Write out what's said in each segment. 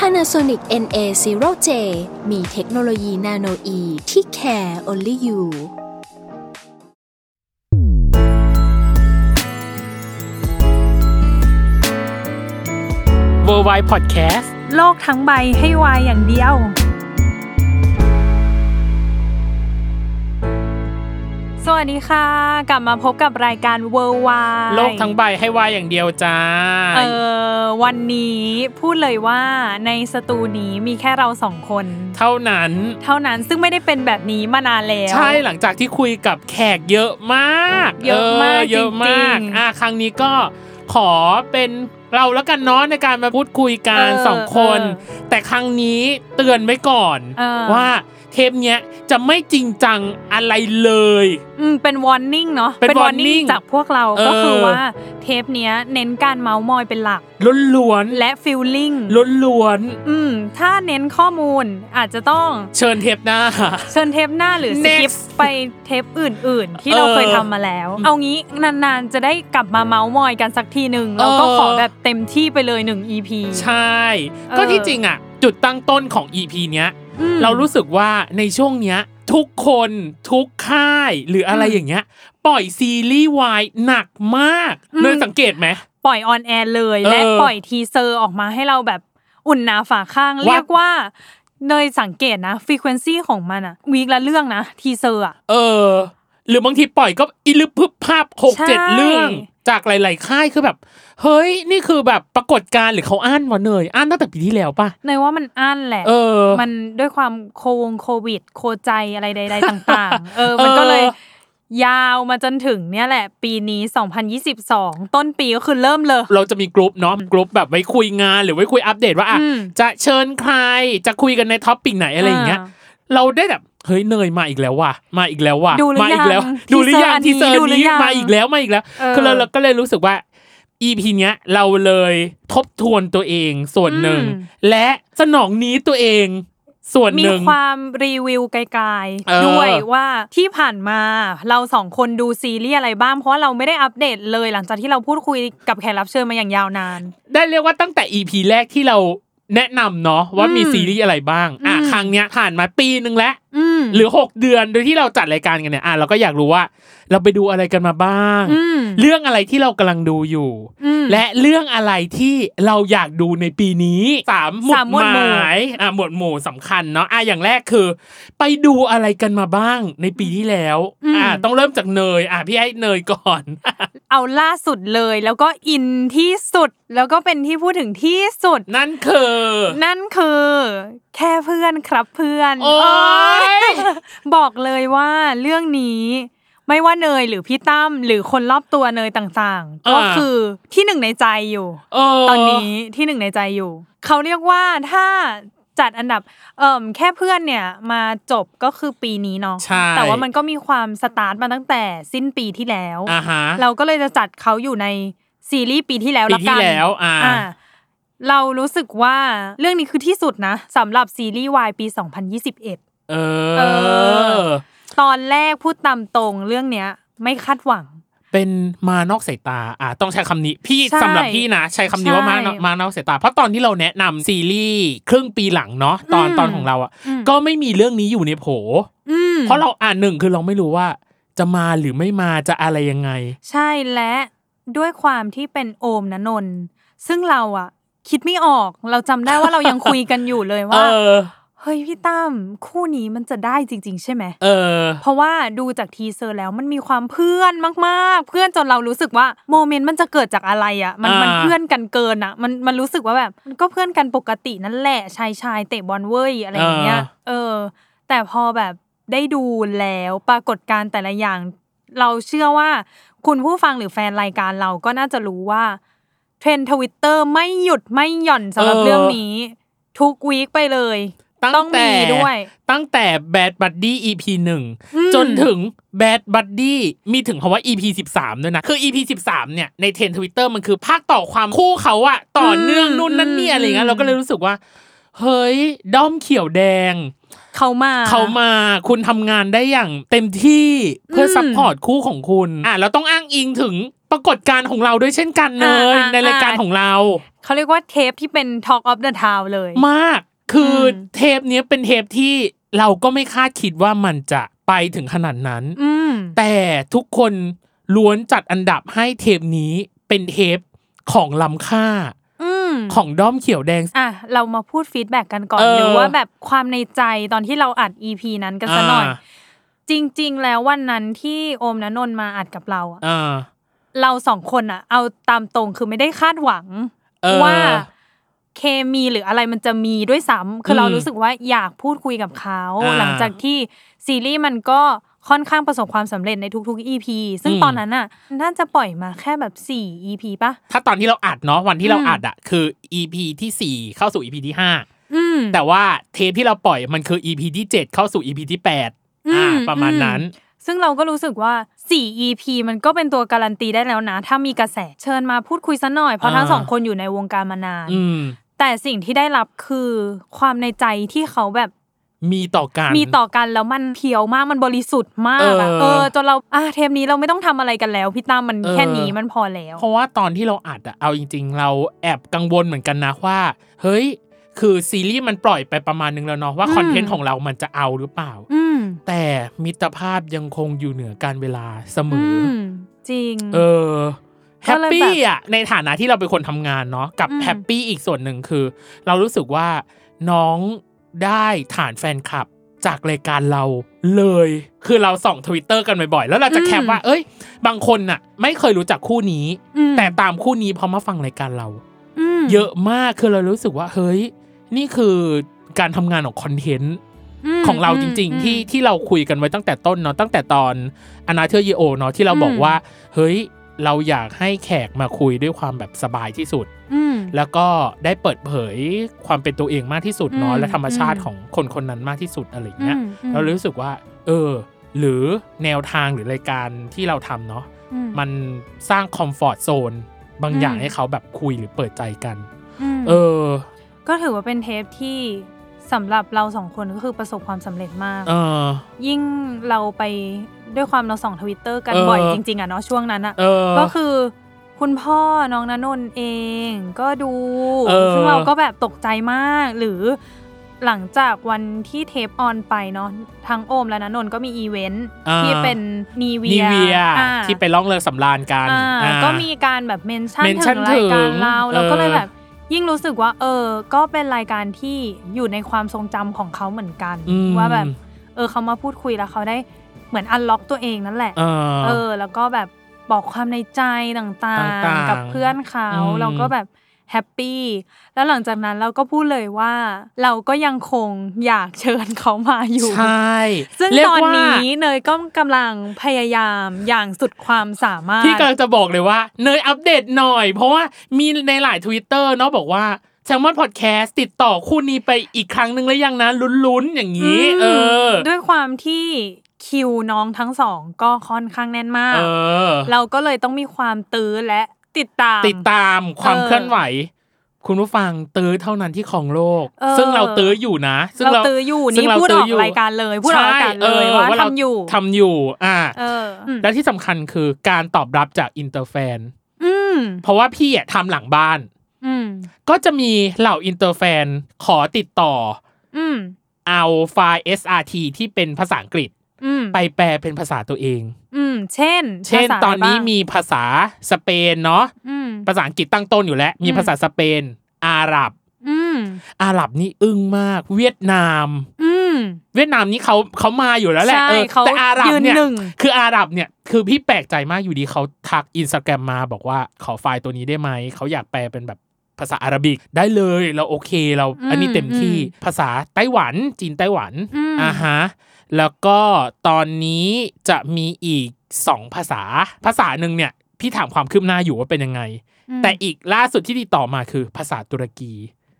Panasonic NA0J มีเทคโนโลยีนาโนอีที่ care only you เวอร์ไวพอดแคสต์ โลกทั้งใบให้วายอย่างเดียว สวัสดีค่ะ กลับมาพบกับรายการเวอร์วาย โลกทั้งใบให้วายอย่างเดียวจ้า เออวันนี้พูดเลยว่าในสตูนี้มีแค่เราสองคน เท่านั้น เท่านั้นซึ่งไม่ได้เป็นแบบนี้มานานแล้ว ใช่หลังจากที่คุยกับแขกเยอะมาก เยอะมาก เเยอะมาก จริงๆ อ่ะครั้งนี้ก็ขอเป็นเราแล้วกันเนาะในการมาพูดคุยกัน เออ สองคน เออ แต่ครั้งนี้เตือนไว้ก่อน เออ ว่าเทปเนี้ยจะไม่จริงจังอะไรเลย อืมเป็นวอร์นิ่งเนาะ เป็น warning จากพวกเรา เออ ก็คือว่าเทปเนี้ยเน้นการเมาส์มอยเป็นหลัก ล้นล้วน และฟิลลิ่ง ล้นล้วน อืมถ้าเน้นข้อมูลอาจจะต้อง เชิญเทปหน้า เชิญเทปหน้าหรือส Next กิปไปเทปอื่น ๆ ที่ เออ เราเคยทำมาแล้ว เอางี้นาน ๆ จะได้กลับมาเมาส์มอยกันสักทีหนึ่ง เอ เรา อ ก็ขอแบบเต็มที่ไปเลยหนึ่ง EP ใช่ ก็ที่จริงอ่ะ จุดตั้งต้นของ EP เนี้ย อืม เรารู้สึกว่าในช่วงเนี้ย ทุกคนทุกค่าย หรืออะไร อืม อย่างเงี้ย ปล่อยซีรีส์วายหนักมาก อืม เลยสังเกตไหม ปล่อยออนแอร์เลย เออ และปล่อยทีเซอร์ออกมาให้เราแบบอุ่นหนาฝาข้าง วัด เรียกว่าเนยสังเกตนะฟรีเควนซีของมันอะวีคละเรื่องนะทีเซอร์อะ เออ หรือบางทีปล่อยก็อิลึบพึบภาพหก ใช่ เจ็ดเรื่อง จากหลาย ๆ ค่ายคือแบบ เฮ้ย นี่คือแบบปรากฏการณ์หรือเขาอ่านวะเนยอ่านตั้งแต่ปีที่แล้วป่ะ เนยว่ามันอั้นแหละ เออ มันด้วยความโควงโควิด โคใจอะไรใด ๆ ต่าง ๆ เออ มัน เออ ก็เลย ยาวมาจนถึงเนี่ยแหละ ปีนี้ 2022 ต้นปีก็คือเริ่มเลย เราจะมีกลุ่มเนาะกลุ่มแบบไว้คุยงานหรือไว้คุยอัปเดตว่าอ่ะ อืม จะเชิญใครจะคุยกันในท็อปปิกไหนอะไรอย่างเงี้ย เราได้แบบเฮ้ยเนยมาอีกแล้วว่ะมาอีกแล้วว่ะ ดูหรือ มาอีกแล้ว ยัง ดูหรือยังทีเซอ teaser ร์ อันี้นนี้ดูหรือยัง มาอีกแล้วมาอีกแล้ว เออ คือเราเราก็เลยรู้สึกว่า EP เนี้ยเราเลยทบทวนตัวเองส่วนหนึ่ง อืม และสนองนี้ตัวเองส่วน มี หนึ่ง ความรีวิวไกล เออ ๆ ด้วยว่าที่ผ่านมาเราสองคนดูซีรีส์อะไรบ้าง เพราะว่าเราไม่ได้อัปเดตเลยหลังจากที่เราพูดคุยกับแขกรับเชิญมาอย่างยาวนาน ได้เรียกว่าตั้งแต่ EP แรกที่เราแนะนำเนาะว่ามี อืม ซีรีส์อะไรบ้างอ่ะ อืม ครั้งเนี้ยผ่านมาปีหนึ่งแล้ว อืม หรือ 6 เดือนโดยที่เราจัดรายการกันเนี่ยอ่ะเราก็อยากรู้ว่า เราไปดูอะไรกันมาบ้าง อืม เรื่องอะไรที่เรากำลังดูอยู่ อืม และเรื่องอะไรที่เราอยากดูในปีนี้สามหมว สา ด ม ห หมวดหมู่ มายอ่ะหมวดหมู่สำคัญเนาะอ่ะอย่างแรกคือ ไปดูอะไรกันมาบ้างในปีที่แล้วอ่ะต้องเริ่มจากเนยอ่ะพี่ให้เนยก่อน เอาล่าสุดเลย แล้วก็อินที่สุดแล้วก็เป็นที่พูดถึงที่สุด นั่นคือ นั่นคือ แค่เพื่อนครับเพื่อน โอ้ โอ๊ ย ยบอกเลยว่าเรื่องนี้ไม่ว่าเนยหรือพี่ตั้มหรือคนรอบตัวเนยต่างๆ ก็ อ่า คือที่หนึ่งในใจอยู่ เออ ตอนนี้ที่หนึ่งในใจอยู่ เขาเรียกว่าถ้าจัดอันดับเอ่มแค่เพื่อนเนี่ยมาจบก็คือปีนี้เนาะ ใช่ แต่ว่ามันก็มีความสตาร์ทมาตั้งแต่สิ้นปีที่แล้ว อ่าฮะ เราก็เลยจะจัดเขาอยู่ในซีรีส์ปีที่แล้ว ปี ละ ที่ กัน แล้วอ่า อ่ะเรารู้สึกว่าเรื่องนี้คือที่สุดนะสำหรับซีรีส์วายปี 2021 เออเออ ตอนแรกพูดตามตรงเรื่องเนี้ย ไม่คาดหวัง เป็นมานอกสายตาอ่ะต้องใช้คำนี้พี่ ใช่ สำหรับพี่นะ ใช้คำนี้ว่ามานอก ใช่ มานอกสายตา เพราะตอนที่เราแนะนำซีรีส์ครึ่งปีหลังเนาะตอน อืม ตอนของเราอ่ะ อืม ก็ไม่มีเรื่องนี้อยู่ในโผ อืม เพราะเราอ่านหนึ่งคือเราไม่รู้ว่า จะมาหรือไม่มาจะอะไรยังไง ใช่และด้วยความที่เป็นโอมนะนนท์ซึ่งเราอะคิดไม่ออกเราจำได้ว่าเรายังคุยกันอยู่เลย เอ ว่า อ เฮ้ยพี่ตั้มคู่นี้มันจะได้จริง ๆ ใช่ไหม เออ เพราะว่าดูจากทีเซอร์แล้วมันมีความเพื่อนมากๆ เพื่อนจนเรารู้สึกว่าโมเมนต์มันจะเกิดจากอะไรอ่ะมัน อ่ามั มันเพื่อนกันเกินอ่ะมันมันรู้สึกว่าแบบมันก็เพื่อนกันปกตินั่นแหละชายชายเตะบอลเว้ยอะไรอย่างเงี้ยเออ แต่พอแบบได้ดูแล้วปรากฏการณ์แต่ละอย่าง เราเชื่อว่า คุณผู้ฟังหรือแฟนรายการเราก็น่าจะรู้ว่าเทรนด์ทวิตเตอร์ไม่หยุดไม่หย่อนสำหรับเรื่องนี้ ทุกวีคไปเลย ตั้ง ต้อง แต่ มีด้วย ตั้งแต่แบดบัดดี้ EP หนึ่ง อืม จนถึงแบดบัดดี้มีถึงคำว่า EP 13ด้วยนะ คือ EP 13เนี่ยในเทรนทวิตเตอร์ Twitter มันคือภาคต่อความคู่เขาอะต่อเนื่องนู่นนั่นนี่อะไรเงี้ยเราก็เลยรู้สึกว่า เฮ้ย ด้อมเขียวแดง เขามา เขามาคุณทำงานได้อย่างเต็มที่เพื่ออ ม ซัพพอร์ตคู่ของคุณอ่ะเราต้องอ้างอิงถึงปรากฏการณ์ของเราด้วยเช่นกันเน อ่าย อ่า ในรายการของเรา เขาเรียกว่าเทปที่เป็น Talk of the Town เลย มากคืออ ม เทปเนี้ยเป็นเทปที่เราก็ไม่คาดคิดว่ามันจะไปถึงขนาดนั้น อืม แต่ทุกคนล้วนจัดอันดับให้เทปนี้เป็นเทปของล้ำค่า อืม ของด้อมเขียวแดง อ่ะ เรามาพูดฟีดแบ็กกันก่อน เออ หรือว่าแบบความในใจตอนที่เราอัด EP นั้นกันซะหน่อย จริง ๆ แล้ววันนั้นที่โอมนนนท์มาอัดกับเราอะ อ่า เราสองคนอะเอาตามตรงคือไม่ได้คาดหวัง เออ ว่าเคมีหรืออะไรมันจะมีด้วยซ้ำคืออ ม เรารู้สึกว่าอยากพูดคุยกับเขา อ่า หลังจากที่ซีรีส์มันก็ค่อนข้างประสบความสำเร็จในทุกๆ EP ซึ่ง อืม ตอนนั้นน่ะน่าจะปล่อยมาแค่แบบ 4 EP ปะ ถ้าตอนที่เราอัดเนาะวันที่เรา อืม อัดอะคือ EP ที่สี่เข้าสู่ EP ที่ห้า อืม แต่ว่าเทปที่เราปล่อยมันคือ EP ที่ 7 เข้าสู่ EP ที่ 8 อ่า อืม ประมาณนั้น ซึ่งเราก็รู้สึกว่า 4 EP มันก็เป็นตัวการันตีได้แล้วนะ ถ้ามีกระแสเชิญมาพูดคุยซะหน่อย เพราะ อ่า ทั้งสองคนอยู่ในวงการมานาน อืม แต่สิ่งที่ได้รับคือความในใจที่เขาแบบ มีต่อกัน มีต่อกันแล้วมันเพียวมากมันบริสุทธิ์มากอะ เออ เออจนเราอ่ะเทปนี้เราไม่ต้องทำอะไรกันแล้วพี่ตั้มมัน เออ แค่นี้มันพอแล้ว เพราะว่าตอนที่เราอัดอะเอาจริง ๆ เราแอบกังวลเหมือนกันนะว่า เฮ้ย คือซีรีส์มันปล่อยไปประมาณนึงแล้วเนาะว่า อืม คอนเทนต์ของเรามันจะเอาหรือเปล่า อืม แต่มิตรภาพยังคงอยู่เหนือการเวลาเสม อื ออ มจริง เออ แฮ ก็ ป เลยแบบ ปี้อะในฐานะที่เราเป็นคนทำงานเนาะกับ อืม แฮปปี้อีกส่วนหนึ่งคือ เรารู้สึกว่าน้องได้ฐานแฟนคลับจากรายการเราเลย คือเราส่องทวิตเตอร์กันบ่อยๆ แล้วเราจะแคปว่า เอ้ย บางคนน่ะ ไม่เคยรู้จักคู่นี้ ม แต่ตามคู่นี้พอมาฟังรายการเรา ม เยอะมากคือเรารู้สึกว่าเฮ้ย นี่คือการทำงานของคอนเทนต์ ม ของเราจริง อืม ๆที่ที่เราคุยกันไว้ตั้งแต่ต้นเนาะตั้งแต่ตอนอนาเธอร์เยโอเนาะที่เราบอก อืม ว่า เฮ้ย เราอยากให้แขกมาคุยด้วยความแบบสบายที่สุด อืม แล้วก็ได้เปิดเผยความเป็นตัวเองมากที่สุดเนาะ อืม และธรรมชาติ อืม ของคนคนนั้นมากที่สุดอะไรอย่างเงี้ย อืมอืม เรารู้สึกว่า เออ หรือแนวทางหรือรายการที่เราทำเนาะ อื มันสร้างคอมฟอร์ตโซนบางอย่างให้เขาแบบคุยหรือเปิดใจกัน ม เออ ก็ถือว่าเป็นเทปที่สำหรับเราสองคนก็คือประสบความสำเร็จมาก เออ ยิ่งเราไปด้วยความเราส่องทวิตเตอร์กัน เออ บ่อยจริงๆอะเนาะช่วงนั้นอะ เออ ก็คือคุณพ่อน้องณนนท์เองก็ดู เออ ซึ่งเราก็แบบตกใจมาก หรือหลังจากวันที่เทปออนไปเนาะทั้งโอมและณนนท์ก็มีอีเวนต์ อ่า ที่เป็นนีเวี นิ ย เวีย อ่า ที่ไปล่องเรือสำราญกัน อ่า อ่า ก็มีการแบบเมนชั่น mention ถึงรายการ ถึง เราเราก็เลย เออ แบบยิ่งรู้สึกว่า เออ ก็เป็นรายการที่อยู่ในความทรงจำของเขาเหมือนกัน อืม ว่าแบบเออเขามาพูดคุยแล้วเขาได้เหมือนอันล็อกตัวเองนั่นแหละ เออ เออแล้วก็แบบบอกความในใจต่าง ต่าง ๆ ๆ กับเพื่อนเขา อืม เราก็แบบแฮปปี้แล้วหลังจากนั้นเราก็พูดเลยว่า เราก็ยังคงอยากเชิญเขามาอยู่ ใช่ ซึ่ง เรียก ตอน ว่า นี้เนยก็กำลังพยายามอย่างสุดความสามารถ พี่กำลังจะบอกเลยว่า เนยอัปเดตหน่อย เพราะว่ามีในหลาย Twitter เนาะบอกว่าแซลมอนพอดแคสติดต่อคู่นี้ไปอีกครั้งหนึ่งแล้วยังนะลุ้นๆ อย่างนี้ อืม เออ ด้วยความที่คิวน้องทั้งสองก็ค่อนข้างแน่นมาก เออ เราก็เลยต้องมีความตื้อและติดตาม ติดตามความ เออ เคลื่อนไหว คุณผู้ฟังตื้อเท่านั้นที่ของโลก เออ ซึ่งเราตื้ออยู่นะ ซึ่ง เราตื้ออยู่ ซึ่ง นี่ เา พูดออก ตื้ รายการเลยพูดออกรายการเล ใช่ ย ออ ว่า เร ทำอยู่ ทำอยู่ อ่า เอออ และที่สำคัญคือการตอบรับจากอินเตอร์แฟน อืม เพราะว่าพี่อะทำหลังบ้าน อืม ก็จะมีเหล่าอินเตอร์แฟนขอติดต่อ อืม เอาไฟล์ SRT ที่เป็นภาษาอังกฤษ อืม ไปแปลเป็นภาษาตัวเอง อืม เช่น เช่น ภาษา ตอนนี้ ะไรบ้าง มีภาษาสเปนเนาะ อืม ภาษาอังกฤษตั้งต้นอยู่แล้ว มี อืม ภาษาสเปน อาหรับ อืม อาหรับนี่อึ้งมาก เวียดนาม อืม เวียดนามนี่เขาเขามาอยู่แล้วแหละ ใช่ เออ เขา แต่อาหรับเนี่ย ยืนหนึ่ง คืออาหรับเนี่ยคือพี่แปลกใจมากอยู่ดีเขาทักอินสตาแกรมมาบอกว่าขอไฟล์ตัวนี้ได้ไหม เขาอยากแปลเป็นแบบภาษาอาหรับิกได้เลยเราโอเคเราอันนี้เต็มที่ภาษาไต้หวัน จีนไต้หวัน อืม อ่าฮะแล้วก็ตอนนี้จะมีอีก 2 ภาษา ภาษาหนึ่งเนี่ยพี่ถามความคืบหน้าอยู่ว่าเป็นยังไง แต่อีกล่าสุดที่ติดต่อมาคือภาษาตุรกี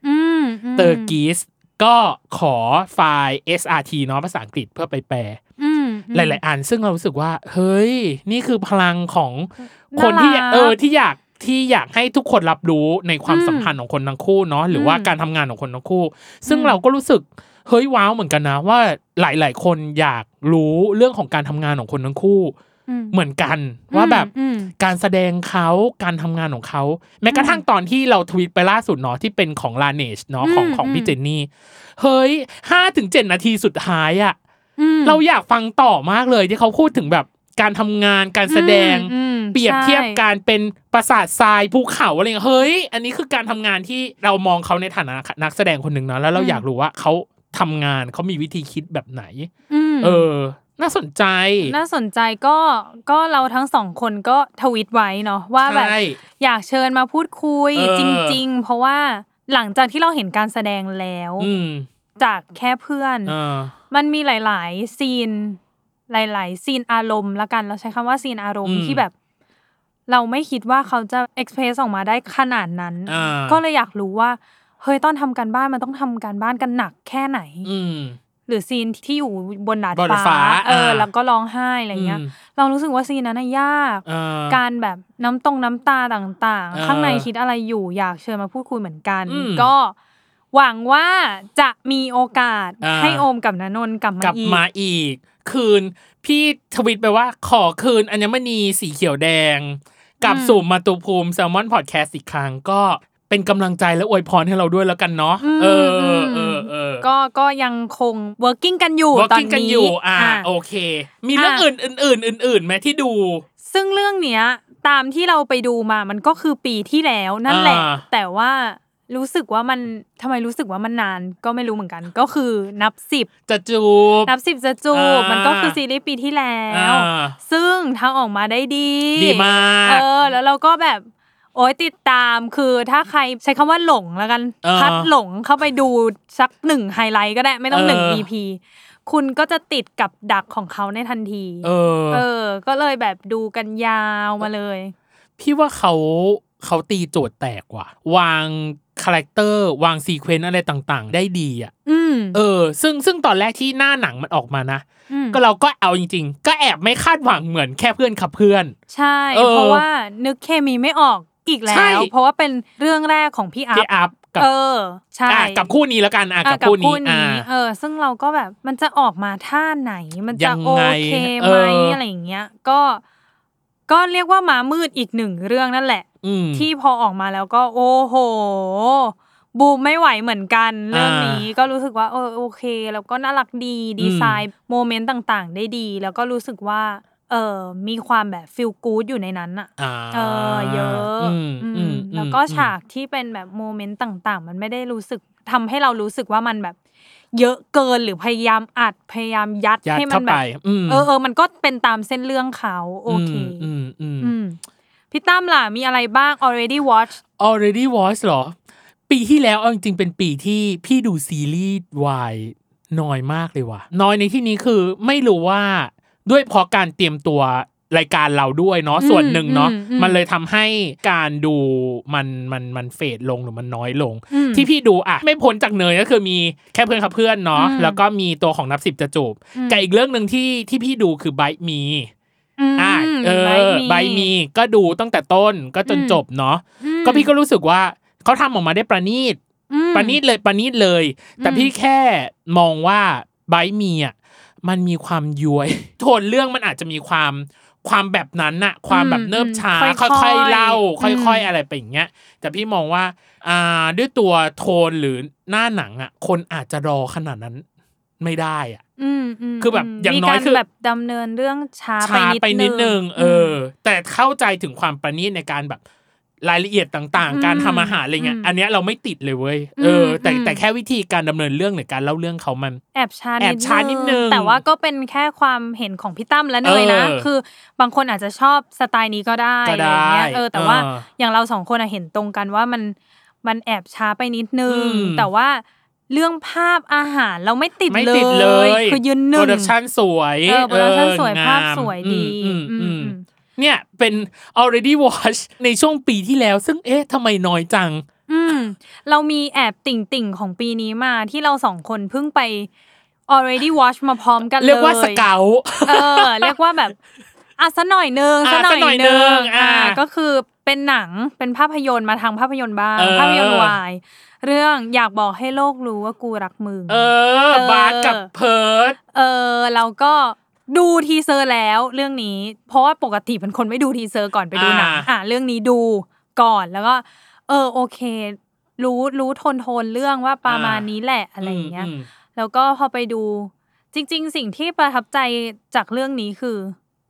อืมม เตอร์กีส ก็ขอไฟล์ SRT เนาะภาษาอังกฤษเพื่อไปแปล อืม หลาย ๆ อันซึ่งเรารู้สึกว่า เฮ้ย นี่คือพลังของคนที่ น่ารัก เออที่อยากที่อยากให้ทุกคนรับรู้ในความ อืม สัมพันธ์ของคนทั้งคู่เนาะหรือว่า อืม การทำงานของคนทั้งคู่ ซึ่ง อืม เราก็รู้สึกเฮ้ยว้าวเหมือนกันนะว่าหลาย ๆ คนอยากรู้เรื่องของการทำงานของคนทั้งคู่ ม เหมือนกันว่าแบบ อืม การแสดงเขาการทำงานของเขาแม้กระทั่งตอนที่เราทวีตไปล่าสุดเนาะที่เป็นของลาเนชเนาะของ อืม ของ อืม พี่เจนนี่ เฮ้ยห้าถึงเจ็ดนาทีสุดท้ายอะ อืม เราอยากฟังต่อมากเลยที่เขาพูดถึงแบบการทำงานการแสดง อืม เปรียบ ใช่ เทียบการเป็นปราสาททรายภูเขาอะไรเงี้ยเฮ้ย อันนี้คือการทำงานที่เรามองเขาในฐานะนักแสดงคนหนึ่งเนาะแล้วเรา อืม อยากรู้ว่าเขาทำงานเขามีวิธีคิดแบบไหน ม เออ น่าสนใจ น่าสนใจก็ก็เราทั้งสองคนก็ทวิตไว้เนาะว่าแบบ ใช่ อยากเชิญมาพูดคุย เออ จริง ๆ เพราะว่าหลังจากที่เราเห็นการแสดงแล้ว อืม จากแค่เพื่อน เออ มันมีหลาย ๆ ซีน หลาย ๆ ซีนอารมณ์ละกันเราใช้คำว่าซีนอารม อื ณ์ ม ที่แบบ เราไม่คิดว่าเขาจะเอ็กเพรสออกมาได้ขนาดนั้น อ่า ก็เลยอยากรู้ว่าเฮ้ยตอนทำการบ้านมันต้องทำการบ้านกันหนักแค่ไหน อืม หรือซีนที่อยู่บนดาด บนดาดฟ้า ฟ้าเอออา แล้วก็ร้องไห้อะไรเงี้ย ม เรารู้สึกว่าซีนนั้นน่ะยาก เออ การแบบน้ำตรงน้ำตาต่าง เออ ๆ ข้างในคิดอะไรอยู่อยากเชิญมาพูดคุยเหมือนกัน อืม ก็หวังว่าจะมีโอกาส อ่า ให้โอมกับนนนท์กลับมาก ลับ อี มาอีก คืน พี่ทวิตไปว่าขอคืนอัญมณีสีเขียวแดง กลับสู่มาตุภูมิแซลมอนพอดแคสต์อีกครั้งก็เป็นกำลังใจและอวยพรให้เราด้วยแล้วกันเนาะ ม เออ ม เออเออ ก็ก็ยังคง working กันอยู่ วอ ตอน กิ้ง นี้ กันอยู่ อ่า อ่า โอเค มีเรื่อง อ่ะ อื่นอื่นๆอื่นๆไหมที่ดู ซึ่งเรื่องเนี้ย ตามที่เราไปดูมามันก็คือปีที่แล้วนั่นแหละ อ่า แต่ว่ารู้สึกว่ามันทำไมรู้สึกว่ามันนานก็ไม่รู้เหมือนกัน ก็คือนับสิบ จะจูบ นับสิบจะจูบ อ่ามั มันก็คือซีรีส์ปีที่แล้ว อ่า ซึ่งทำออกมาได้ดี ดีมาก เออ แล้วเราก็แบบ โอ้ยติดตามคือถ้าใครใช้คำว่าหลงแล้วกัน เออ พัดหลงเข้าไปดูสักหนึ่งไฮไลท์ก็ได้ ไม่ต้องหนึ่ง เออ EP คุณก็จะติดกับดักของเขาในทันที เออ เออ ก็เลยแบบดูกันยาวมาเลย พี่ว่าเขาเขาตีโจทย์แตกว่ะ วางคาแรคเตอร์วางซีเควนต์อะไรต่างๆ ได้ดีอ่ะ อืม เออ ซึ่งซึ่งตอนแรกที่หน้าหนังมันออกมานะ ม ก็เราก็เอาจริง ๆ ก็แอบไม่คาดหวังเหมือนแค่เพื่อนขับเพื่อน ใช่ เออ เพราะว่านึกเคมีไม่ออกอีกแล้ ใช่ ว เพราะว่าเป็นเรื่องแรกของพี่อัพ ที่อัพกับ เออ ใช่ อ่ะกับคู่นี้แล้วกันอ่ะ อ่ะ กับคู่นี้อ่า เออ ซึ่งเราก็แบบมันจะออกมาท่าไหน มัน ยั จะ ง โอ ไง เคไหม เอออ อะไรอย่างเงี้ย ก็ ก็เรียกว่ามามืดอีกหนึ่งเรื่องนั่นแหละ อืม ที่พอออกมาแล้วก็ โอ้โห บูมไม่ไหวเหมือนกัน เรื่องนี้ก็รู้สึกว่าเออโอเค แล้วก็น่ารักดีดีไซน์โมเมนต์ต่างๆ ได้ดี แล้วก็รู้สึกว่า เออมีความแบบฟิลกู๊ดอยู่ในนั้นอะ อ่า เออเยอะ อืม อืม อืม แล้วก็ อืม ฉากที่เป็นแบบโมเมนต์ต่าง ๆ มันไม่ได้รู้สึกทำให้เรารู้สึกว่ามันแบบ เยอะเกินหรือพยายามอัดพยายามยัด ยัด ให้มันแบบ เข้าไปอืม เออเออมันก็เป็นตามเส้นเรื่องเขาโอเค อืมอืม อื อืม มพี่ตั้มล่ะมีอะไรบ้าง already watch already voice เหรอ ปีที่แล้วเอาจริงๆ เป็นปีที่พี่ดูซีรีส์วายน้อยมากเลยว่ะ น้อยในที่นี้คือไม่รู้ว่าด้วยเพราะการเตรียมตัวรายการเราด้วยเนาะ อืม ส่วนหนึ่งเนาะ อืมอืม มันเลยทำให้การดูมันมันมันเฟดลงหรือมันน้อยลง อืม ที่พี่ดูอ่ะไม่พ้นจากเนยก็คือมีแค่เพื่อนครับเพื่อนเนาะ อืม แล้วก็มีตัวของนับสิบจะจูบ อืม กับอีกเรื่องหนึ่งที่ที่พี่ดูคือไบมี ม อ่ะเออ ใบ าย มีก็ดูตั้งแต่ต้นก็จน อืม จบเนาะ อืม ก็พี่ก็รู้สึกว่าเขาทำออกมาได้ประณีต อืม ประณีตเลยประณีตเลย แต่ อืม พี่แค่มองว่าไบมีอ่ะมันมีความย้วย โทนเรื่องมันอาจจะมีความความแบบนั้นน่ะ ความแบบเนิบช้า อืม ค่ ค่ อ อย ย ๆ ๆ เล่า อื ค่ ม อย ๆ อะไรไปอย่างเงี้ย แต่พี่มองว่า อ่าด้วยตัวโทนหรือหน้าหนังอ่ะ คนอาจจะรอขนาดนั้นไม่ได้อ่ะ อืมม คือแบบอย่าง มี น้อย กร คือ แบบดำเนินเรื่องช้า ช้าไปนิดนึงเออ ม อ แต่เข้าใจถึงความประณีตในการแบบรายละเอียดต่าง อืม ๆ การทำอาหารอะไรเงี้ย อืม อันเนี้ยเราไม่ติดเลยเว้ย อืม เออ แต่ อืม แต่แค่วิธีการดำเนินเรื่องหรือการเล่าเรื่องเขามัน แอบช้า แอบช้านิดนึง แต่ว่าก็เป็นแค่ความเห็นของพี่ตั้มและเนยนะ เออ คือบางคนอาจจะชอบสไตล์นี้ก็ได้ ก็ อะไร ได้ อย่างเงี้ยเออแต่ว่า เออ อย่างเราสองคนอะเห็นตรงกันว่ามันมันแอบช้าไปนิดนึง อืม แต่ว่าเรื่องภาพอาหารเราไม่ติ ไม่ติดเลย คือยืนหนึ่ง โปรดักชันสวย เออโปรดักชันสวย เออง ภาพสวยดี อืมอืมอืม อืม เนี่ยเป็น already watch ในช่วงปีที่แล้ว ซึ่งเอ๊ะทำไมน้อยจัง อืม มเรามีแอบติ่งติ่งๆของปีนี้มาที่เราสองคนเพิ่งไป already watch มาพร้อมกันเลย เรียกว่าสเกล เออ เรียกว่าแบบอ่ะสักหน่อยนึง อ่ะ สักห สักหน่อน่อย ย นึ นึ ง ง อ่ะ อ่าก็คือเป็นหนังเป็นภาพยนตร์มาทางภาพยนตร์บ้าง เออ ภาพยนตร์วายเรื่องอยากบอกให้โลกรู้ว่ากูรักมึง เออ บาร์สกับเพิร์ด เออเราก็ดูทีเซอร์แล้วเรื่องนี้ เพราะว่าปกติเป็นคนไม่ดูทีเซอร์ก่อนไปดูหนัง อ่า อ่ะเรื่องนี้ดูก่อนแล้วก็ เออโอเค รู้รู้โทนโทนเรื่องว่าประมาณนี้แหละอะไรอย่างเงี้ย ม แล้วก็พอไปดูจริง ๆ สิ่งที่ประทับใจจากเรื่องนี้คือ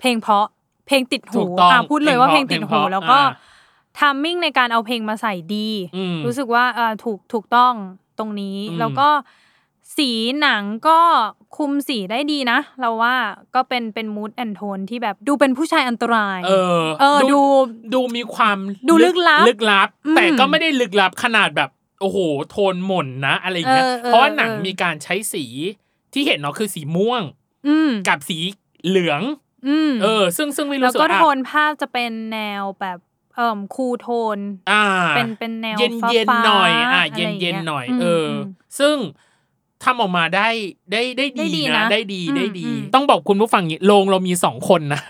เพลงเพราะเพลงติด ถู หู กต้อง ะพูดเลยว่าเพลงติด เพลงเพ หู ราะ แล้วก็ อ่า ทามมิ่งในการเอาเพลงมาใส่ดี อืม รู้สึกว่าเออถูกถูกต้องตรงนี้ อืม แล้วก็สีหนังก็คุมสีได้ดีนะ เราว่าก็เป็นเป็นมูดแอนโทนที่แบบดูเป็นผู้ชายอันตราย เออ เออดู ดูมีความ ดูลึกลับ ลึกลับ อืม แต่ก็ไม่ได้ลึกลับขนาดแบบ โอ้โห โทนหม่นนะ อะไรอย่างเงี้ย เออเอเพอราะว่าหนัง เออ มีการใช้สีที่เห็นเนาะคือสีม่วง อืม กับสีเหลือง อืม เออ ซึ่งซึ่งไม่ แล้ว รู้สึก ก็ ว่า โทนภาพจะเป็นแนวแบบเอ่อคูลโทน อ่า เป็นเป็นแนว เย็น ฟ้า เย็น ๆ หน่อย อ่ะ ไร เย็นเย็น างงี้ หน่อย ม เอออ ม ซึ่งทำออกมาได้ได้ได้ ได้ดี ดี นะ นะ ได้ดีได้ดี อืมอืม ต้องบอกคุณผู้ฟังอย่างงี้โรงเรามีสองคนนะ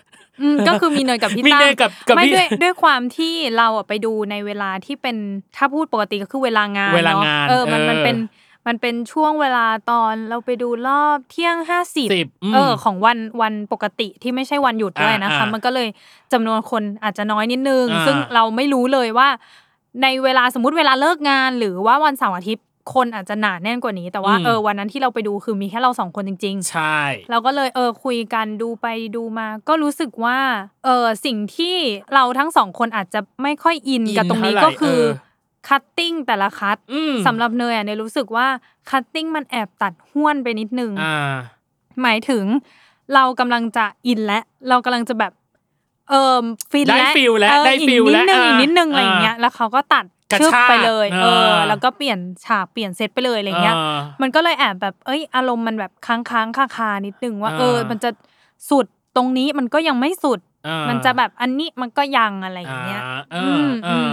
อืมก็คือมีเนยกับพี่ มี ตั้ เน ง ยกับกับ ไม่ พี่ ด้วยด้วยความที่เราอ่ะไปดูในเวลาที่เป็นถ้าพูดปกติก็คือเวลางาน เวลางาน เนอะเออมัน เออ มันเป็นมันเป็นช่วงเวลาตอนเราไปดูรอบเที่ยงห้าสิบ สิบม เออของวันวันปกติที่ไม่ใช่วันหยุดด้วยนะคะ อ่าอ่ามั มันก็เลยจำนวนคนอาจจะน้อยนิดนึง อ่า ซึ่งเราไม่รู้เลยว่า ในเวลาสมมติเวลาเลิกงาน หรือว่าวันเสาร์อาทิตย์คนอาจจะหนาแน่นกว่านี้ แต่ว่าเออวันนั้นที่เราไปดูคือมีแค่เราสองคนจริง ๆ ใช่ เราก็เลยเออคุยกันดูไปดูมา ก็รู้สึกว่าเออสิ่งที่เราทั้งสองคนอาจจะไม่ค่อยอิน อิน กับตรงนี้ เท่าไหร่ ก็คือ เออ คัตติ้งแต่ละคัต อืม สำหรับเนยอ่ะเนยรู้สึกว่าคัตติ้งมันแอบตัดห้วนไปนิดนึง อ่า หมายถึงเรากำลังจะอินและเรากำลังจะแบบเออฟิน ได้ และ ฟีลและ เออ ได้ฟีล อีกนิดนึง และ อีกนิดนึงอะไรอย่างเงี้ยแล้วเขาก็ตัด กระ ชึบ ชาก ไปเลยเอ เอ อ อ แล้วก็เปลี่ยนฉากเปลี่ยนเซตไปเลยอะไรอย่างเงี้ย อ่า มันก็เลยแอบแบบ เอ้ย อารมณ์มันแบบค้างค้างคาคาๆนิดนึงว่า อ่า เออ มันจะสุดตรงนี้มันก็ยังไม่สุด อ่า มันจะแบบอันนี้มันก็ยังอะไรอย่างเงี้ายเอ อื อ ม เอออม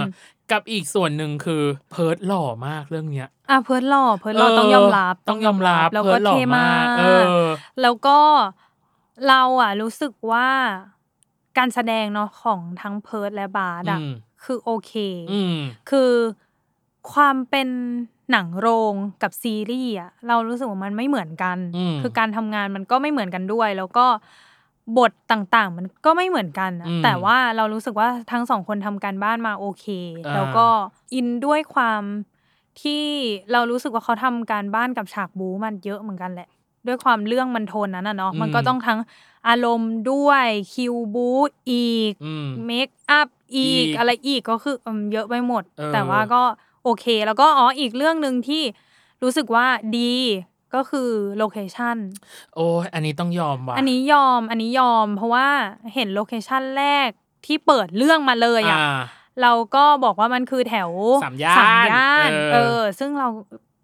กับอีกส่วนหนึ่งคือเพิร์ดหล่อมากเรื่องเนี้ย อ่ะเพิร์ดหล่อเพิร์ดหล่อต้องยอมรับ ต้องยอมรับ แล้ว เพิ ก็ ร์ดหล่อ เท่มาม าก ก เออ แล้วก็เราอ่ะ รู้สึกว่าการแสดงเนาะของทั้งเพิร์ดและบาร์ดอ่ะ อืม คือโอเค อืม คือความเป็นหนังโรงกับซีรีส์อะเรารู้สึกว่ามันไม่เหมือนกัน อืม คือการทำงานมันก็ไม่เหมือนกันด้วย แล้วก็บทต่างๆ มันก็ไม่เหมือนกันอะ อืม แต่ว่าเรารู้สึกว่าทั้งสองคนทำการบ้านมาโอเค อ่า แล้วก็อินด้วยความที่เรารู้สึกว่าเขาทำการบ้านกับฉากบู๊มันเยอะเหมือนกันแหละ ด้วยความเรื่องมันโทนนั้นอะเนาะมันก็ต้องทั้งอารมณ์ด้วยคิวบู๊อีก อืม เมคอัพอี อี ก ก อะไรอีกก็คืออืมเยอะไปหมด เออ แต่ว่าก็โอเค แล้วก็อ๋ออีกเรื่องหนึ่งที่รู้สึกว่าดีก็คือโลเคชัน โอ้ยอันนี้ต้องยอมว่ะ อันนี้ยอมอันนี้ยอม เพราะว่าเห็นโลเคชันแรกที่เปิดเรื่องมาเลยอ่ะเราก็บอกว่ามันคือแถว สามย่าน ย่าน เออ เออ ซึ่งเรา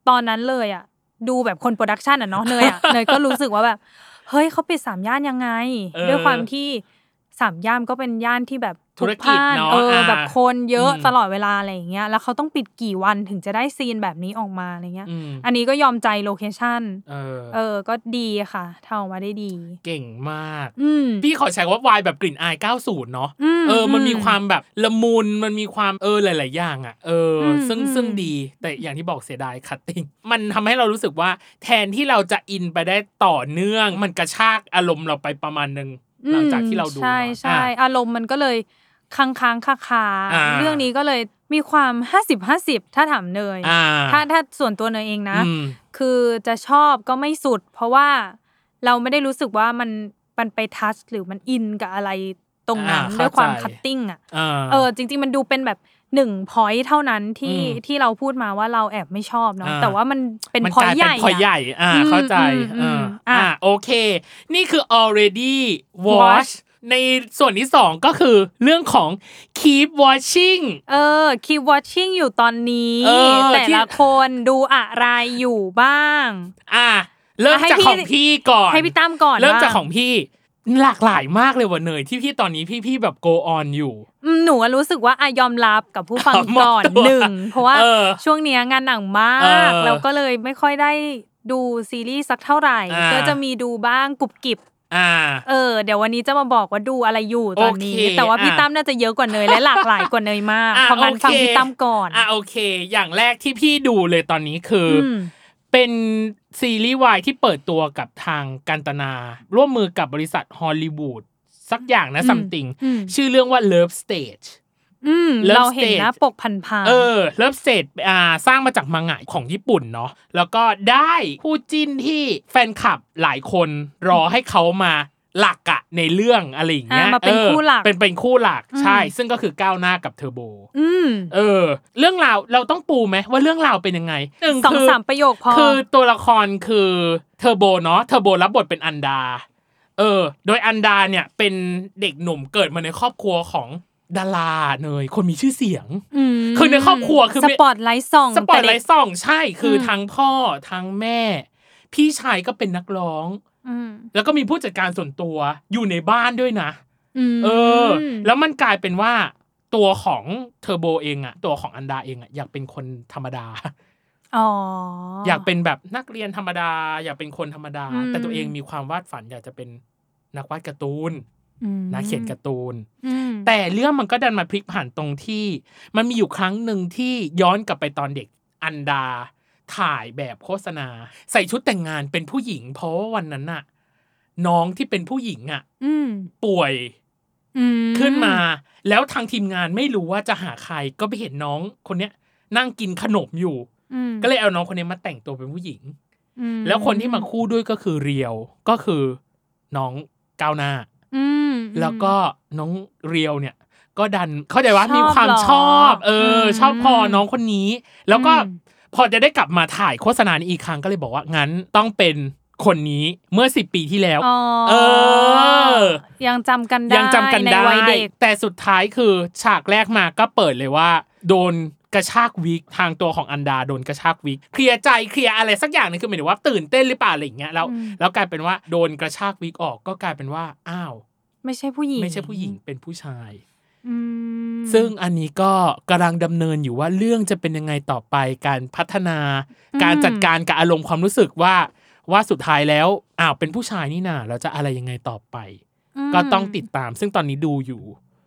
ตอนนั้นเลยอ่ะ ดูแบบคนโปรดักชันอ่ะเนาะเนยอ่ะ เนยก็รู้สึกว่าแบบ เฮ้ยเขาปิดสามย่านยังไง เออ ด้วยความที่สามย่านก็เป็นย่านที่แบบ ธุรกิจ พลุกพล่าน เนอะ เอออา แบบคนเยอะ อืม ตลอดเวลาอะไรอย่างเงี้ยแล้วเขาต้องปิดกี่วันถึงจะได้ซีนแบบนี้ออกมาอะไรเงี้ย อืม อันนี้ก็ยอมใจโลเคชั่น เออ เออ ก็ดีค่ะทำออกมาได้ดี เก่งมาก อืม พี่ขอใช้คำว่าวายแบบกลิ่นอาย 90 เนาะ ม เออ มันมีความแบบละมุน มันมีความเออหลาย ๆ อย่างอ่ะ เอออ ม ซึ่ง อืม ซึ่งดี แต่อย่างที่บอกเสียดายคัตติ้ง มันทำให้เรารู้สึกว่า แทนที่เราจะอินไปได้ต่อเนื่อง มันกระชากอารมณ์เราไปประมาณหนึ่งหลังจากที่เราดู ใช่ เนอะ ใช่ อ่ะ อารมณ์มันก็เลยค้างค้างคาคาๆ อ่า เรื่องนี้ก็เลยมีความห้าสิบห้าสิบถ้าถามเนย อ่า ถ้าถ้าส่วนตัวเนยเองนะ อืม คือจะชอบก็ไม่สุด เพราะว่าเราไม่ได้รู้สึกว่ามันมันไปทัชหรือมันอินกับอะไรตรงนั้น อ่าเข้า ด้วยความ ใจ คัตติ้งอ่ะ อ่า เออจริง ๆ มันดูเป็นแบบหนึ่งพอยเท่านั้นที่ อืม ที่เราพูดมาว่าเราแอบไม่ชอบเนาะ อ่า แต่ว่ามันเป็น มัน พอก ย ลายเป็นใหญ่พอยใหญ่ อ่า อืม เข้าใจ อืมอืม อ่า อ่ะ อ่า โอเค นี่คือ already watch ในส่วนที่สองก็คือเรื่องของ keep watching เออคีย์วอชชิ่งอยู่ตอนนี้ เออ แต่ ที่ ละคนดูอะไรอยู่บ้าง อ่า เริ่ม อ่ะให้ จาก พี่ ของพี่ก่อน ให้พี่ตั้มก่อน เริ่มจาก บ้ ของพี่ หลากหลายมากเลยว่ะเนยที่พี่ตอนนี้พี่พี่แบบโกออนอยู่ อืมหนูอะรู้สึกว่าอะยอมรับกับผู้ฟัง อ่ะมอบ ก่อน ตัว หนึ่งเพราะว่า เออ ช่วงเนี้ยงานหนังม เอา อก แล้วก็เลยไม่ค่อยได้ดูซีรีส์สักเท่าไหร่ อ่า ก็จะมีดูบ้างกรุบกริบ อ่า เออเดี๋ยววันนี้จะมาบอกว่าดูอะไรอยู่ตอนนี้ โอเค แต่ว่าพี่ อ่ะ ตั้มน่าจะเยอะกว่าเนยและหลากหลายกว่าเนยมาก อ่ะ เพราะงั้น โอเค ฟังพี่ตั้มก่อน อ่ะโอเค อย่างแรกที่พี่ดูเลยตอนนี้คืออ ม เป็นซีรีส์วายที่เปิดตัวกับทางกันตนา ร่วมมือกับบริษัทฮอลลีวูดสักอย่างนะซัมติง อืม ชื่อเรื่องว่า Love Stage อืม Love เราเห็นหน้า Stage ปกพันผ่านๆ เออ Love Stage อ่าสร้างมาจากมังงะของญี่ปุ่นเนาะแล้วก็ได้คู่จิ้นที่แฟนคลับหลายคนรอให้เขามาหลักอะในเรื่องอะไรอย่างเงี้ย อ่ะมาเป็น ออ คู่หลัก เป็นเป็นคู่หลักใช่ อืม ซึ่งก็คือก้าวหน้ากับเทอร์โบ อืม เออ เรื่องราวเราต้องปูไหมว่าเรื่องราวเป็นยังไงหนึ่ง สอง คือ สามประโยคพอ คือตัวละครคือเทอร์โบเนาะเทอร์โบรับบทเป็นอันดา เออ โดยอันดาเนี่ยเป็นเด็กหนุ่มเกิดมาในครอบครัวของดาราเนยคนมีชื่อเสียง ม คือในครอบครัวคือ ส ไม่ ปอตไลท์ส่อง สปอตไล แต่เด็ก ท์ส่องใช่คืออ ม ทั้งพ่อทั้งแม่ พี่ชายก็เป็นนักร้อง อืม แล้วก็มีผู้จัดการส่วนตัวอยู่ในบ้านด้วยนะ ม เออ แล้วมันกลายเป็นว่าตัวของเทอร์โบเองอะตัวของอันดาเองอะอยากเป็นคนธรรมดา อ๋ออ อยากเป็นแบบนักเรียนธรรมดา อยากเป็นคนธรรมดา อืม แต่ตัวเองมีความวาดฝันอยากจะเป็นนักวาดการ์ตูน อืม นักเขียนการ์ตูน อืม แต่เรื่องมันก็ดันมาพลิกผันตรงที่ มันมีอยู่ครั้งหนึ่งที่ย้อนกลับไปตอนเด็กอันดา ถ่ายแบบโฆษณา ใส่ชุดแต่งงานเป็นผู้หญิง เพราะว่าวันนั้นน่ะ น้องที่เป็นผู้หญิงอะ อืม ป่วย อืม ขึ้นมาแล้วทางทีมงานไม่รู้ว่าจะหาใครก็ไปเห็นน้องคนเนี้ยนั่งกินขนมอยู่ อืม ก็เลยเอาน้องคนเนี้ยมาแต่งตัวเป็นผู้หญิง อืม แล้วคนที่มาคู่ด้วยก็คือเรียวก็คือน้องก้าวหน้า อืม แล้วก็น้องเรียวเนี่ย ก็ดันเข้าใจว่า ชอบ มีความ เหรอ ชอบ เอออ ม ชอบพอน้องคนนี้ แล้วก็ อืม พอจะได้กลับมาถ่ายโฆษณานี้อีกครั้งก็เลยบอกว่างั้นต้องเป็นคนนี้เมื่อสิบปีที่แล้ว อ๋อ เออ ยังจำกันได้ ยังจำกันได้ ในวัยเด็ก แต่สุดท้ายคือฉากแรกมาก็เปิดเลยว่า โดนกระชากวิกทางตัวของอันดาโดนกระชากวิกเคลียร์ใจเคลียร์อะไรสักอย่างหนึงคือหมายถึงว่าตื่นเต้นหรือเปล่าอะไรอย่างเงี้ยแล้ว อืม แล้วกลายเป็นว่าโดนกระชากวิกออกก็กลายเป็นว่าอ้าว ไม่ใช่ผู้หญิง ไม่ใช่ผู้หญิงเป็นผู้ชาย อืม ซึ่งอันนี้ก็กำลังดำเนินอยู่ว่าเรื่องจะเป็นยังไงต่อไปการพัฒนา การจัดการกับอารมณ์ความรู้สึกว่า ว่าสุดท้ายแล้วอ้าวเป็นผู้ชายนี่นาเราจะอะไรยังไงต่อไป ม ก็ต้องติดตาม ซึ่งตอนนี้ดูอยู่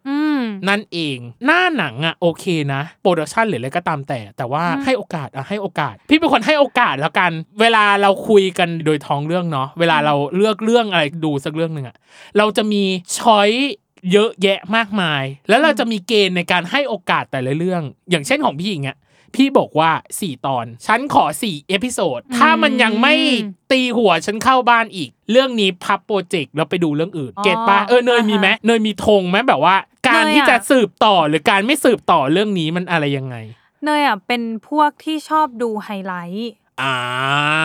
อืม นั่นเอง หน้าหนังอะโอเคนะ โปรดักชันหรืออะไรก็ตามแต่ แต่ว่า อืม ให้โอกาสอะให้โอกาส พี่เป็นคนให้โอกาสแล้วกัน เวลาเราคุยกันโดยท้องเรื่องเนาะเวลาเราเลือกเรื่องอะไรดูสักเรื่องหนึ่งอะเราจะมีช้อยเยอะแยะมากมาย แล้วเราจะมีเกณฑ์ในการให้โอกาสแต่ละเรื่อง อย่างเช่นของพี่อย่างเงี้ยพี่บอกว่า 4 ตอน ฉันขอ 4 เอพิโซดถ้ามันยังไม่ตีหัวฉันเข้าบ้านอีก เรื่องนี้พับโปรเจกต์แล้วไปดูเรื่องอื่น เก็ตปะเออเนยมีไหม เนยมีธงไหมแบบว่า การ เนยอะ ที่จะสืบต่อหรือการไม่สืบต่อเรื่องนี้มันอะไรยังไง เนยอ่ะเป็นพวกที่ชอบดูไฮไลท์ อ่า